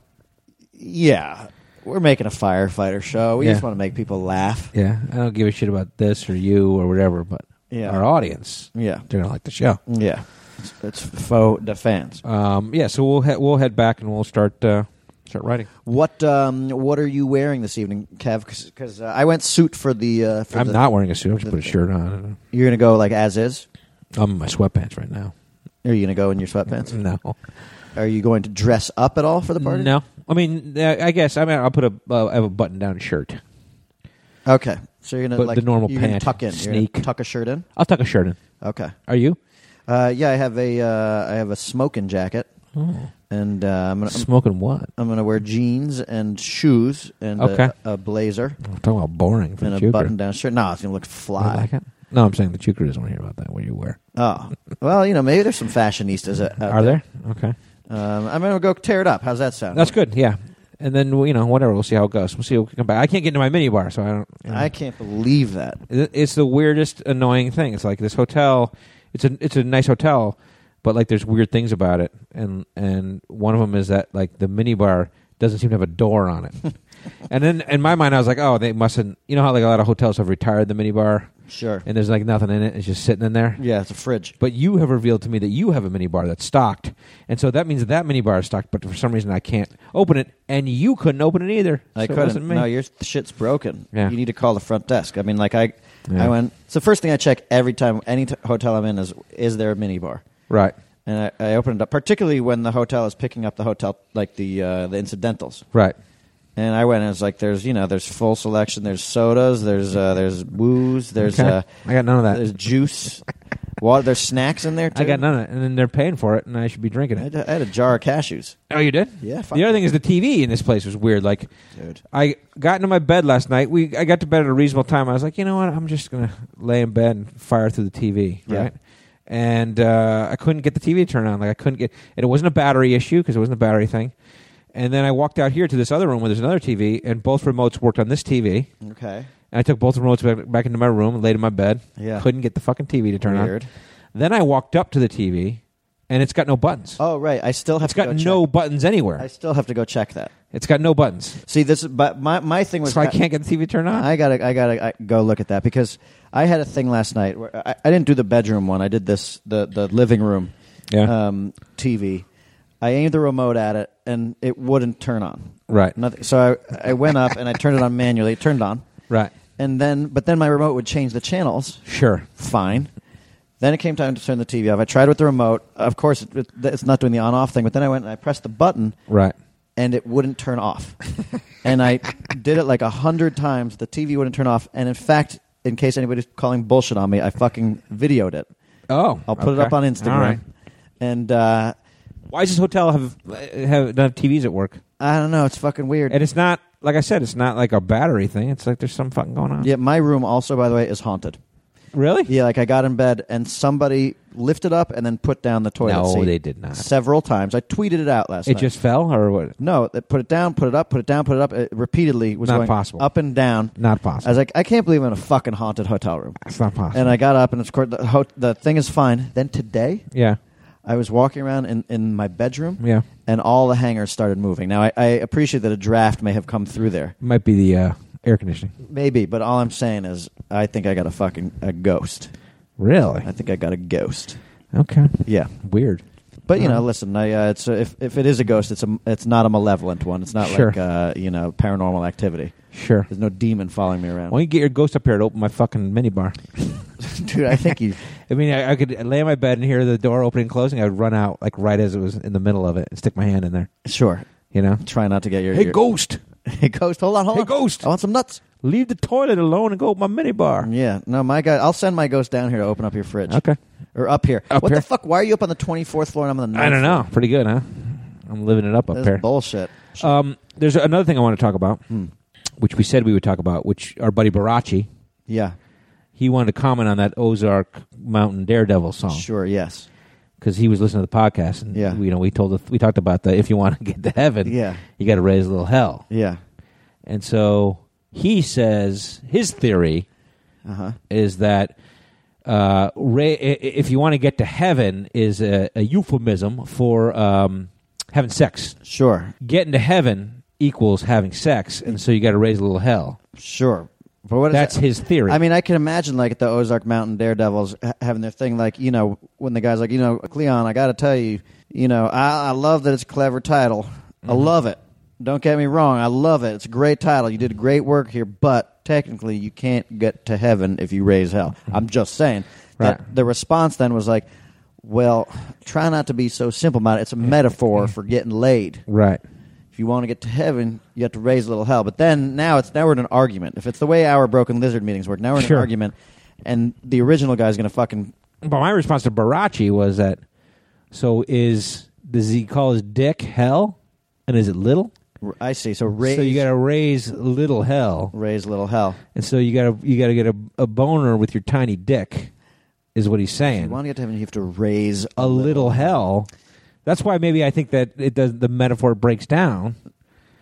D: yeah, we're making a firefighter show. We
C: Yeah.
D: just want to make people laugh.
C: yeah. I don't give a shit about this or you or whatever, but
D: Yeah.
C: our audience,
D: Yeah,
C: they're going to like the show.
D: yeah. It's, it's faux defense.
C: Um, yeah, so we'll he- we'll head back and we'll start uh, start writing.
D: What um, what are you wearing this evening, Kev? Because uh, I went suit for the. Uh, for
C: I'm
D: the-
C: not wearing a suit. I'm just
D: the-
C: putting a shirt on.
D: You're gonna go like as is.
C: I'm in my sweatpants right now.
D: Are you gonna go in your sweatpants?
C: No.
D: Are you going to dress up at all for the party?
C: Mm-hmm. No, I mean, uh, I guess I mean I'll put a uh, I have a button down shirt.
D: Okay. So you're gonna
C: But
D: like
C: the normal
D: you're gonna
C: pant,
D: tuck in, You're gonna
C: sneak.
D: tuck a shirt in.
C: I'll tuck a shirt in.
D: Okay.
C: Are you
D: Uh, yeah, I have a uh, I have a smoking jacket,
C: Oh.
D: and uh, I'm gonna I'm,
C: smoking what?
D: I'm gonna wear jeans and shoes and a-
C: Okay.
D: a, blazer
C: I'm talking about boring for
D: and
C: the
D: a
C: Joker.
D: button down shirt. No, it's gonna look fly.
C: You like it? No, I'm saying the Joker doesn't want to hear about that. What do you wear?
D: Oh, well, you know maybe there's some fashionistas. Out out
C: Are there? Okay,
D: Um, I'm gonna go tear it up. How's that sound?
C: that's good. Yeah, and then well, you know whatever. We'll see how it goes. We'll see. What we come back. I can't get into my mini bar, so I don't. you know.
D: I can't believe that.
C: It- It's the weirdest, annoying thing. It's like this hotel. It's a it's a nice hotel, but like there's weird things about it, and and one of them is that like the mini bar doesn't seem to have a door on it. and then in my mind, I was like, oh, they mustn't. You know how like a lot of hotels have retired the minibar,
D: Sure.
C: and there's like nothing in it; it's just sitting in there.
D: yeah, it's a fridge.
C: But you have revealed to me that you have a minibar that's stocked, and so that means that minibar is stocked. But for some reason, I can't open it, and you couldn't open it either.
D: I
C: so It
D: couldn't.
C: wasn't me.
D: No, your shit's broken.
C: Yeah.
D: You need to call the front desk. I mean, like I,
C: Yeah.
D: I went. It's the first thing I check every time any t- hotel I'm in is is there a mini bar?
C: right,
D: And I, I opened it up, particularly when the hotel is picking up the hotel like the uh, the incidentals.
C: right.
D: And I went and it's like there's you know there's full selection, there's sodas, there's uh, there's booze, there's
C: Okay.
D: uh,
C: I got none of that.
D: there's juice, water, there's snacks in there. Too.
C: I got none of it, and then they're paying for it, and I should be drinking
D: I
C: it.
D: had, I had a jar of cashews.
C: Oh, you did?
D: Yeah, fuck
C: The other
D: yeah.
C: thing is the TV in this place was weird. Like,
D: Dude.
C: I got into my bed last night. We I got to bed at a reasonable time. I was like, you know what? I'm just gonna lay in bed and fire through the TV,
D: Yeah.
C: right? And uh, I couldn't get the TV to turn on. Like I couldn't get, and it wasn't a battery issue because it wasn't a battery thing. And then I walked out here to this other room where there's another TV, and both remotes worked on this TV.
D: Okay.
C: And I took both remotes back, back into my room and laid in my bed.
D: Yeah.
C: Couldn't get the fucking TV to turn
D: Weird.
C: on. Then I walked up to the TV, and it's got no buttons.
D: Oh right, I still have
C: it's
D: to
C: got
D: go
C: no
D: Check.
C: buttons anywhere.
D: I still have to go check that.
C: It's got no buttons.
D: See this, is- but my my thing was
C: So I can't get the TV turned on.
D: I gotta I gotta I, go look at that because I had a thing last night. Where I, I didn't do the bedroom one. I did this the the living room
C: Yeah.
D: um, TV. I aimed the remote at it and it wouldn't turn on.
C: Right.
D: Nothing. So I I went up and I turned it on manually. It turned on.
C: right.
D: And then but then my remote would change the channels.
C: Sure.
D: Fine. Then it came time to turn the TV off. I tried with the remote. Of course, it, it, it's not doing the on off thing. But then I went and I pressed the button
C: Right.
D: and it wouldn't turn off. and I did it like a hundred times. The TV wouldn't turn off. And in fact, in case anybody's calling bullshit on me, I fucking videoed it.
C: Oh,
D: I'll put it
C: okay.
D: up on
C: All
D: Instagram.
C: right.
D: And uh,
C: Why does this hotel have have, not have TVs at work?
D: I don't know. It's fucking weird.
C: And it's not like I said. It's not like a battery thing. It's like there's something fucking going on.
D: yeah, my room also, by the way, is haunted.
C: Really?
D: Yeah, like I got in bed and somebody lifted up and then put down the toilet
C: No,
D: seat
C: they did not.
D: Several times. I tweeted it out last
C: It
D: night.
C: just fell or what?
D: No, they put it down, put it up, put it down, put it up. It repeatedly was
C: Not
D: going
C: possible.
D: up and down.
C: Not
D: I
C: possible.
D: was like, I can't believe I'm in a fucking haunted hotel room.
C: It's not possible.
D: And I got up, and of course, the, ho- the thing is fine. Then today,
C: yeah.
D: I was walking around in, in my bedroom,
C: Yeah.
D: and all the hangers started moving. Now, I, I appreciate that a draft may have come through there.
C: It might be the uh, air conditioning.
D: Maybe, but all I'm saying is, I think I got a fucking a ghost.
C: Really?
D: I think I got a ghost.
C: Okay.
D: Yeah.
C: Weird.
D: But you know,
C: Mhm.
D: listen. I, uh, it's a, if if it is a ghost, it's a it's not a malevolent one. It's not
C: Sure.
D: like uh, you know paranormal activity.
C: Sure.
D: There's no demon following me around,
C: Why don't you get your ghost up here to open my fucking minibar?
D: dude. I think you.
C: I mean, I, I could lay in my bed and hear the door opening and closing. I would run out like right as it was in the middle of it and stick my hand in there.
D: Sure.
C: You know?
D: Try not to get your
C: Hey,
D: your-
C: ghost!
D: Hey ghost, hold on, hold
C: Hey,
D: on.
C: ghost.
D: I want some nuts.
C: Leave the toilet alone and go open my minibar.
D: Yeah, no, my guy. I'll send my ghost down here to open up your fridge.
C: Okay.
D: or up here.
C: Up
D: what
C: here.
D: the fuck? Why are you up on the twenty fourth floor and I'm on the?
C: I don't
D: ninth
C: know. Pretty good, huh? I'm living it up
D: floor?
C: up
D: This
C: here.
D: is bullshit.
C: Um, there's another thing I want to talk about,
D: Hmm.
C: which we said we would talk about, which our buddy Barachi,
D: Yeah,
C: he wanted to comment on that Ozark Mountain Daredevil song
D: sure. Yes.
C: because he was listening to the podcast and
D: Yeah.
C: you know we told the, we talked about the if you want to get to heaven,
D: Yeah.
C: you got to raise a little hell,
D: Yeah.
C: and so he says his theory
D: Uh huh.
C: is that uh, ra- i- i- if you want to get to heaven is a, a euphemism for um, having sex.
D: Sure.
C: Getting to heaven equals having sex, and so you got to raise a little hell.
D: Sure. But what is
C: That's
D: that?
C: his theory.
D: I mean, I can imagine like the Ozark Mountain Daredevils ha- having their thing, like you know, when the guy's like, you know, Cleon, I got to tell you, you know, I, I love that it's a clever title. I
C: Mm-hmm.
D: love it. Don't get me wrong, I love it. It's a great title. You did great work here, but technically, you can't get to heaven if you raise hell. I'm just saying
C: Mm-hmm. Right.
D: that the response then was like, well, try not to be so simple minded. It's a
C: Mm-hmm.
D: metaphor for getting laid
C: right.
D: if you want to get to heaven, you have to raise a little hell. But then now it's now we're in an argument. If it's the way our broken lizard meetings work, now we're in
C: Sure.
D: an argument, and the original guy's going to fucking
C: But my response to Barachi was that so is does he call his dick hell, and is it little?
D: I see. So raise,
C: So you got to raise little hell,
D: raise a little hell.
C: and so you got to you got to get a, a boner with your tiny dick, is what he's
D: If you
C: saying.
D: want to get to heaven, you have to raise
C: a little hell. That's why maybe I think that it does the metaphor breaks down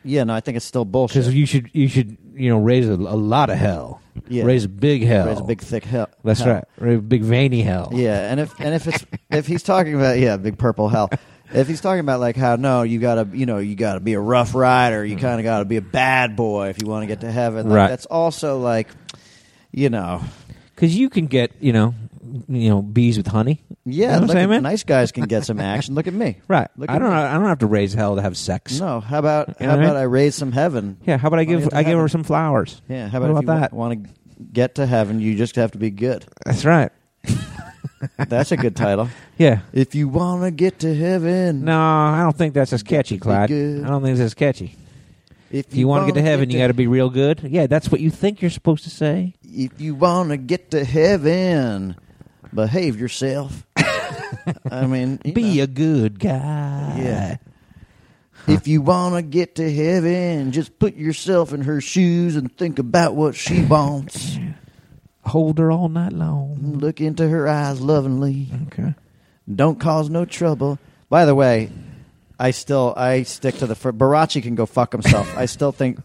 D: Yeah, no, I think it's still bullshit.
C: because you should you should you know raise a, a lot of hell,
D: Yeah.
C: raise a big hell,
D: raise a big thick hell.
C: That's
D: hell.
C: right, raise a big veiny hell.
D: Yeah, and if and if it's if he's talking about yeah, big purple hell. If he's talking about like how no, you gotta you know you gotta be a rough rider, you kind of gotta be a bad boy if you want to get to heaven. Like,
C: Mm-hmm. Right.
D: That's also like, you know,
C: Because you can get you know you know bees with honey. You know
D: yeah.
C: what I'm
D: look
C: saying,
D: at-
C: man?
D: nice guys can get some action. Look at me.
C: Right.
D: Look
C: I
D: at
C: don't.
D: me.
C: I don't have to raise hell to have sex.
D: No. How about
C: You know
D: how
C: what I
D: about
C: mean?
D: I raise some heaven?
C: Yeah. How about I give
D: get to
C: I give
D: heaven.
C: her some flowers?
D: Yeah. How
C: What
D: about, if
C: about
D: you
C: that?
D: Want to get to heaven? You just have to be good.
C: That's right.
D: That's a good title.
C: Yeah.
D: If you want to get to heaven,
C: No, I don't think that's as catchy,
D: Be
C: Clyde.
D: good.
C: I don't think that's as catchy.
D: If
C: If you want to get to
D: wanna
C: heaven, you got to be real good. Yeah, that's what you think you're supposed to say.
D: If you want to get to heaven, behave yourself. I mean, you
C: Be
D: know.
C: a good guy.
D: yeah. If you want to get to heaven, just put yourself in her shoes and think about what she wants.
C: Hold her all night long.
D: Look into her eyes lovingly.
C: Okay.
D: Don't cause no trouble. By the way, I still I stick to the fir- Barachi can go fuck himself. I still think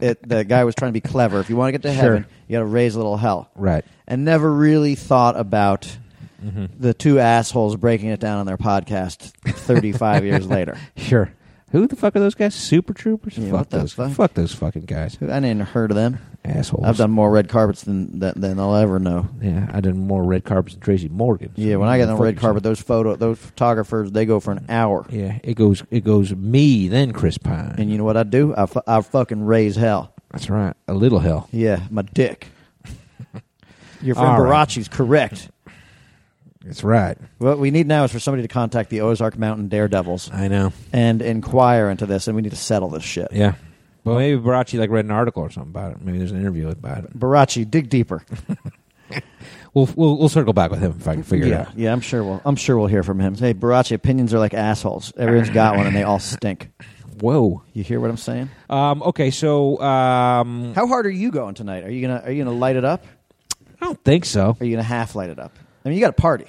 D: it, the guy was trying to be clever. If you want to get to
C: Sure.
D: heaven, you got to raise a little hell.
C: Right. Mm-hmm.
D: and never really thought about the two assholes breaking it down on their podcast 35 years later.
C: Sure. Who the fuck are those guys? Super Troopers?
D: Yeah,
C: fuck
D: what the
C: those.
D: fuck?
C: Fuck those fucking guys.
D: I didn't heard of them.
C: Assholes.
D: I've done more red carpets than than, than I'll ever know.
C: Yeah, I done more red carpets than Tracy Morgan.
D: Yeah, when I get on the
C: Fuck
D: red
C: yourself.
D: carpet, those photo those photographers they go for an hour.
C: Yeah, it goes. It goes me then Chris Pine.
D: And you know what I do? I, fu- I fucking raise hell.
C: that's right. A little hell.
D: Yeah, my dick. Your friend
C: All right.
D: Barachi's correct.
C: That's right.
D: What we need now is for somebody to contact the Ozark Mountain Daredevils
C: I know.
D: and inquire into this, and we need to settle this shit.
C: Yeah. Well, maybe Barachi like read an article or something about it. Maybe there's an interview about it.
D: Barachi, dig deeper.
C: We'll we'll, we'll circle back with him if I can figure
D: yeah,
C: it out.
D: Yeah, I'm sure we'll I'm sure we'll hear from him. Hey, Barachi, opinions are like assholes. Everyone's got one, and they all stink.
C: Whoa.
D: You hear what I'm saying?
C: Um, okay, so um,
D: How hard are you going tonight? Are you gonna Are you gonna light it up?
C: I don't think so.
D: Are you gonna half light it up? I mean, you got a party.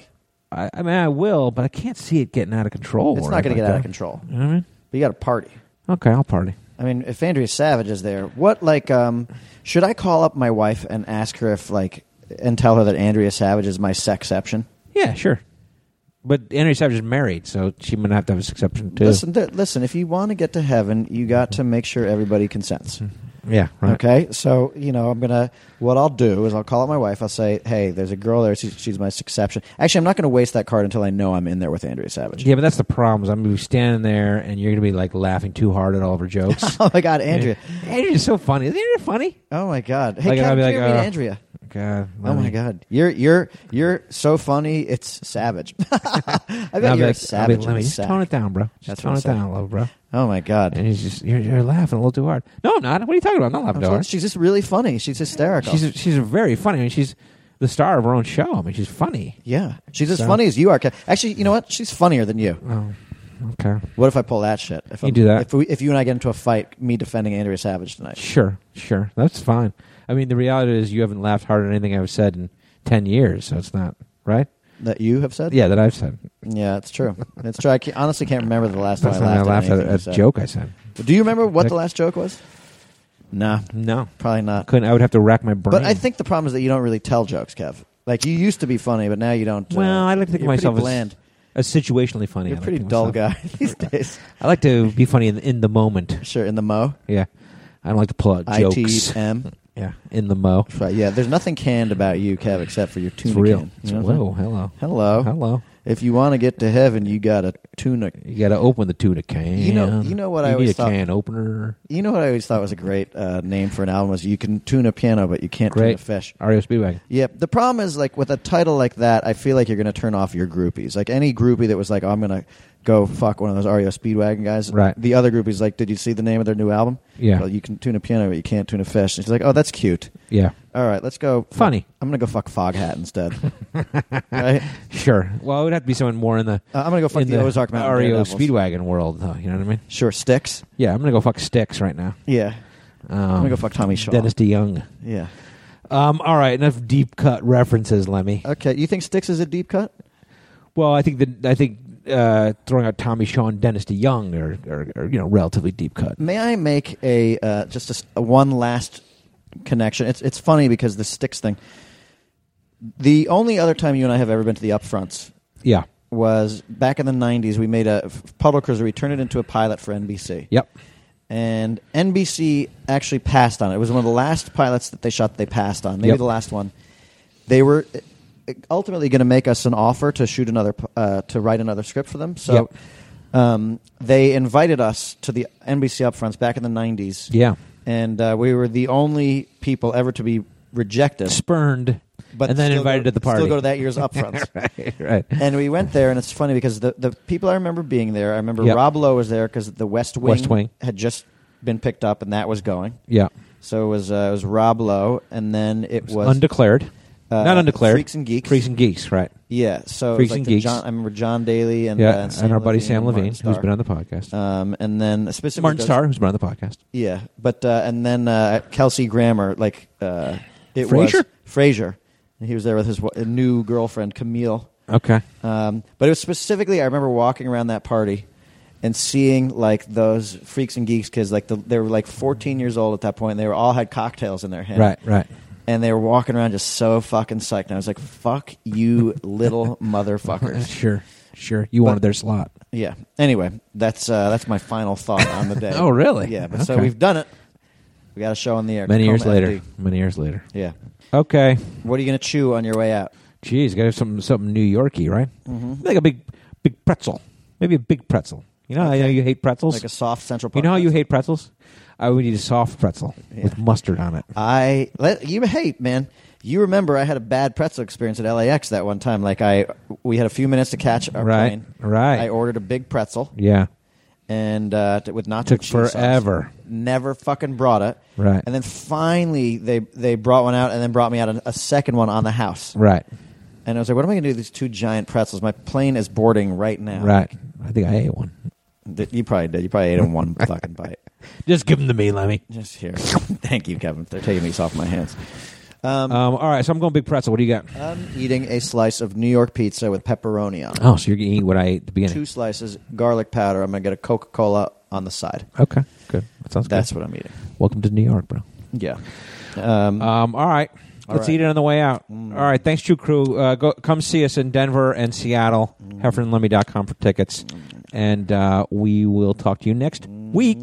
C: I, I mean, I will, but I can't see it getting out of control.
D: it's
C: or
D: not gonna
C: anything
D: get out of
C: like
D: control,
C: that. You know what I mean?
D: but you got a party.
C: Okay, I'll party.
D: I mean, if Andrea Savage is there, what like um, should I call up my wife and ask her if like and tell her that Andrea Savage is my sexception?
C: Yeah, sure. But Henry Savage is married, so she might have to have a exception too.
D: Listen, th- listen. If you want to get to heaven, you got to make sure everybody consents.
C: Yeah. Mm-hmm. Right.
D: Okay, so you know, I'm gonna. What I'll do is I'll call up my wife. I'll say, "Hey, there's a girl there. She's, she's my exception." Actually, I'm not gonna waste that card until I know I'm in there with Andrea Savage.
C: Yeah, but that's the problem. Is I'm gonna be standing there, and you're gonna be like laughing too hard at all of her jokes.
D: Oh my God, Andrea!
C: Andrea's so funny. Isn't Andrea funny?
D: Oh my God! Hey,
C: Like, I'll
D: Kevin,
C: be
D: come
C: like,
D: here and meet
C: uh,
D: Andrea.
C: God.
D: Oh my God, you're you're you're so funny. It's savage. I
C: And I'll be
D: bet you're a
C: like- I'll be
D: savage.
C: like, Let
D: in the
C: me just
D: sack.
C: tone it down, bro. Just
D: That's what
C: tone
D: I'm
C: it
D: saying.
C: down a little, bro.
D: Oh my God!
C: And he's just you're, you're laughing a little too hard. No, I'm not. What are you talking about? I'm not laughing too hard.
D: She's just really funny. She's hysterical.
C: She's she's very funny. I mean, she's the star of her own show. I mean, she's funny.
D: yeah, she's as
C: So-
D: funny as you are. Kev. Actually, you know what? She's funnier than you.
C: Oh, okay.
D: What if I pull that shit? If
C: You
D: I'm-
C: do that.
D: If, we, if you and I get into a fight, me defending Andrea Savage tonight.
C: Sure, sure. That's fine. I mean, the reality is you haven't laughed hard at anything I've said in ten years, so it's not right.
D: That you have said?
C: Yeah, that I've said.
D: Yeah, it's true. It's true. I ca- honestly can't remember the last time
C: That's
D: I
C: not I
D: laughed,
C: laughed
D: at
C: at
D: anything
C: a
D: you
C: joke I said.
D: said. Do you remember what
C: Like-
D: the last joke was? Nah,
C: No,
D: probably
C: I
D: not.
C: couldn't. I would have to rack my brain.
D: But I think the problem is that you don't really tell jokes, Kev. Like you used to be funny, but now you don't. uh,
C: Well, I like to think of
D: you're pretty
C: myself as-
D: bland.
C: as situationally funny.
D: You're a
C: I
D: pretty
C: like to
D: dull
C: myself.
D: guy these days.
C: I like to be funny in, in the moment.
D: Sure, in the mo,
C: Yeah, I don't like to pull out
D: I T
C: jokes.
D: M.
C: Yeah, in the mo.
D: Right. Yeah. There's nothing canned about you, Kev, except for your tuna.
C: It's real.
D: can. You
C: It's
D: know what I'm
C: whoa, hello,
D: saying? Hello.
C: hello.
D: If you want to get to heaven, you got a tuna
C: You got to open the tuna can.
D: You know- you know what I
C: You
D: always
C: need a
D: thought-
C: can opener.
D: You know what I always thought was a great uh, name for an album was you can tune a piano, but you can't tune a
C: Great
D: fish.
C: REO Speedwagon.
D: Yep. The problem is like with a title like that, I feel like you're going to turn off your groupies. Like any groupie that was like, oh, "I'm going to go fuck one of those REO Speedwagon guys,"
C: Right.
D: The other groupie's like, "Did you see the name of their new album?"
C: Yeah.
D: Well, you can tune a piano, but you can't tune a fish. And she's like, "Oh, that's cute.
C: Yeah,
D: All right, let's go."
C: Funny.
D: I'm going to go fuck Foghat instead. right.
C: sure. Well, it would have to be someone more in the
D: Uh, I'm going to go fuck
C: in
D: the, Ozark Mountain
C: REO
D: Daredevils.
C: Speedwagon world, though. You know what I mean?
D: Sure, sticks.
C: Yeah, I'm gonna go fuck sticks right now.
D: Yeah.
C: Um,
D: I'm going to go fuck Tommy Shaw.
C: Dennis DeYoung.
D: Yeah.
C: Um, all right, enough deep cut references, Lemmy.
D: Okay. You think sticks is a deep cut?
C: Well, I think that I think uh, throwing out Tommy Shaw and Dennis DeYoung are, are, are you know relatively deep cut.
D: May I make a uh, just a s a one last connection? It's it's funny because the sticks thing. The only other time you and I have ever been to the upfronts
C: Yeah,
D: was back in the 90s, we made a Puddle Cruiser, we turned it into a pilot for NBC.
C: Yep.
D: And NBC actually passed on it. It was one of the last pilots that they shot that they passed on, maybe
C: Yep.
D: the last one. They were uh, ultimately going to make us an offer to shoot another, p- uh, to write another script for them. So um, they invited us to the NBC upfronts back in the 90s.
C: Yeah.
D: And uh, we were the only people ever to be rejected.
C: Spurned,
D: But
C: and then
D: still
C: invited
D: go,
C: to the party.
D: Still go to that year's upfronts.
C: right.
D: And we went there, and it's funny because the, the people I remember being there, I remember
C: Yep.
D: Rob Lowe was there because the West Wing,
C: West Wing.
D: had just been picked up, and that was going.
C: Yeah.
D: So it was uh, it was Rob Lowe, and then it was
C: undeclared.
D: uh,
C: Not undeclared.
D: Freaks and Geeks.
C: Freaks and Geeks, right.
D: yeah. So it was
C: Freaks
D: like
C: and
D: the
C: Geeks.
D: John, I remember John Daly and
C: yeah,
D: uh,
C: and,
D: Sam
C: our buddy
D: Levine
C: Sam
D: and Martin
C: Levine, who's
D: Starr.
C: been on the podcast.
D: Um, and then specifically
C: Martin
D: those-
C: Starr, who's been on the podcast.
D: Yeah, but uh, and then uh, Kelsey Grammer, like uh, it was
C: Frasier?
D: Frazier, and he was there with his wa- new girlfriend Camille.
C: Okay.
D: Um, but it was specifically, I remember walking around that party and seeing like those freaks and geeks kids. Like the, they were like 14 years old at that point. And they were all had cocktails in their hand.
C: Right, right.
D: And they were walking around just so fucking psyched. And I was like, "Fuck you, little motherfuckers."
C: Sure, sure. You
D: But-
C: wanted their slot.
D: Yeah. Anyway, that's uh, that's my final thought on the day.
C: Oh, really?
D: Yeah. But so
C: Okay.
D: we've done it. We got a show on the air.
C: Many years
D: Tacoma
C: later.
D: FD.
C: Many years later.
D: Yeah.
C: Okay.
D: What are you gonna chew on your way out?
C: Jeez, gotta have something something New Yorky, right?
D: Mhm.
C: Like a big big pretzel. Maybe a big pretzel. You know, I know you hate pretzels.
D: Like a soft Central Park.
C: you know how you
D: pretzel?
C: hate pretzels? I would eat a soft pretzel with mustard on it.
D: I let you hate man. You remember I had a bad pretzel experience at LAX that one time. Like I, we had a few minutes to catch our
C: Right,
D: plane.
C: right.
D: I ordered a big pretzel
C: Yeah.
D: and uh, t- with nacho
C: Took
D: cheese sauce.
C: forever.
D: Never fucking brought it.
C: Right.
D: And then finally they they brought one out and then brought me out a, a second one on the house.
C: Right.
D: And I was like, what am I going to do with these two giant pretzels? My plane is boarding right now.
C: Right. I think I ate one.
D: Th- You probably did. You probably ate in one fucking bite.
C: Just give them to me, Lemmy.
D: Just here. Thank you, Kevin. They're taking these off my hands. Um,
C: Um, all right, so I'm going big pretzel. What do you got?
D: I'm eating a slice of New York pizza with pepperoni on it.
C: Oh, so you're going to eat what I ate at the beginning.
D: Two slices, garlic powder. I'm gonna get a Coca Cola on the side.
C: Okay, good. That sounds
D: That's
C: good.
D: what I'm eating.
C: Welcome to New York, bro.
D: Yeah. Um,
C: Um, all right.
D: All
C: Let's
D: right. Mm.
C: eat it on the way out. All right. Thanks, True Crew. Uh, go, come see us in Denver and Seattle.
D: Mm.
C: HeffernandLemmy.com for tickets. And
D: mm,
C: uh, we will talk to you next week.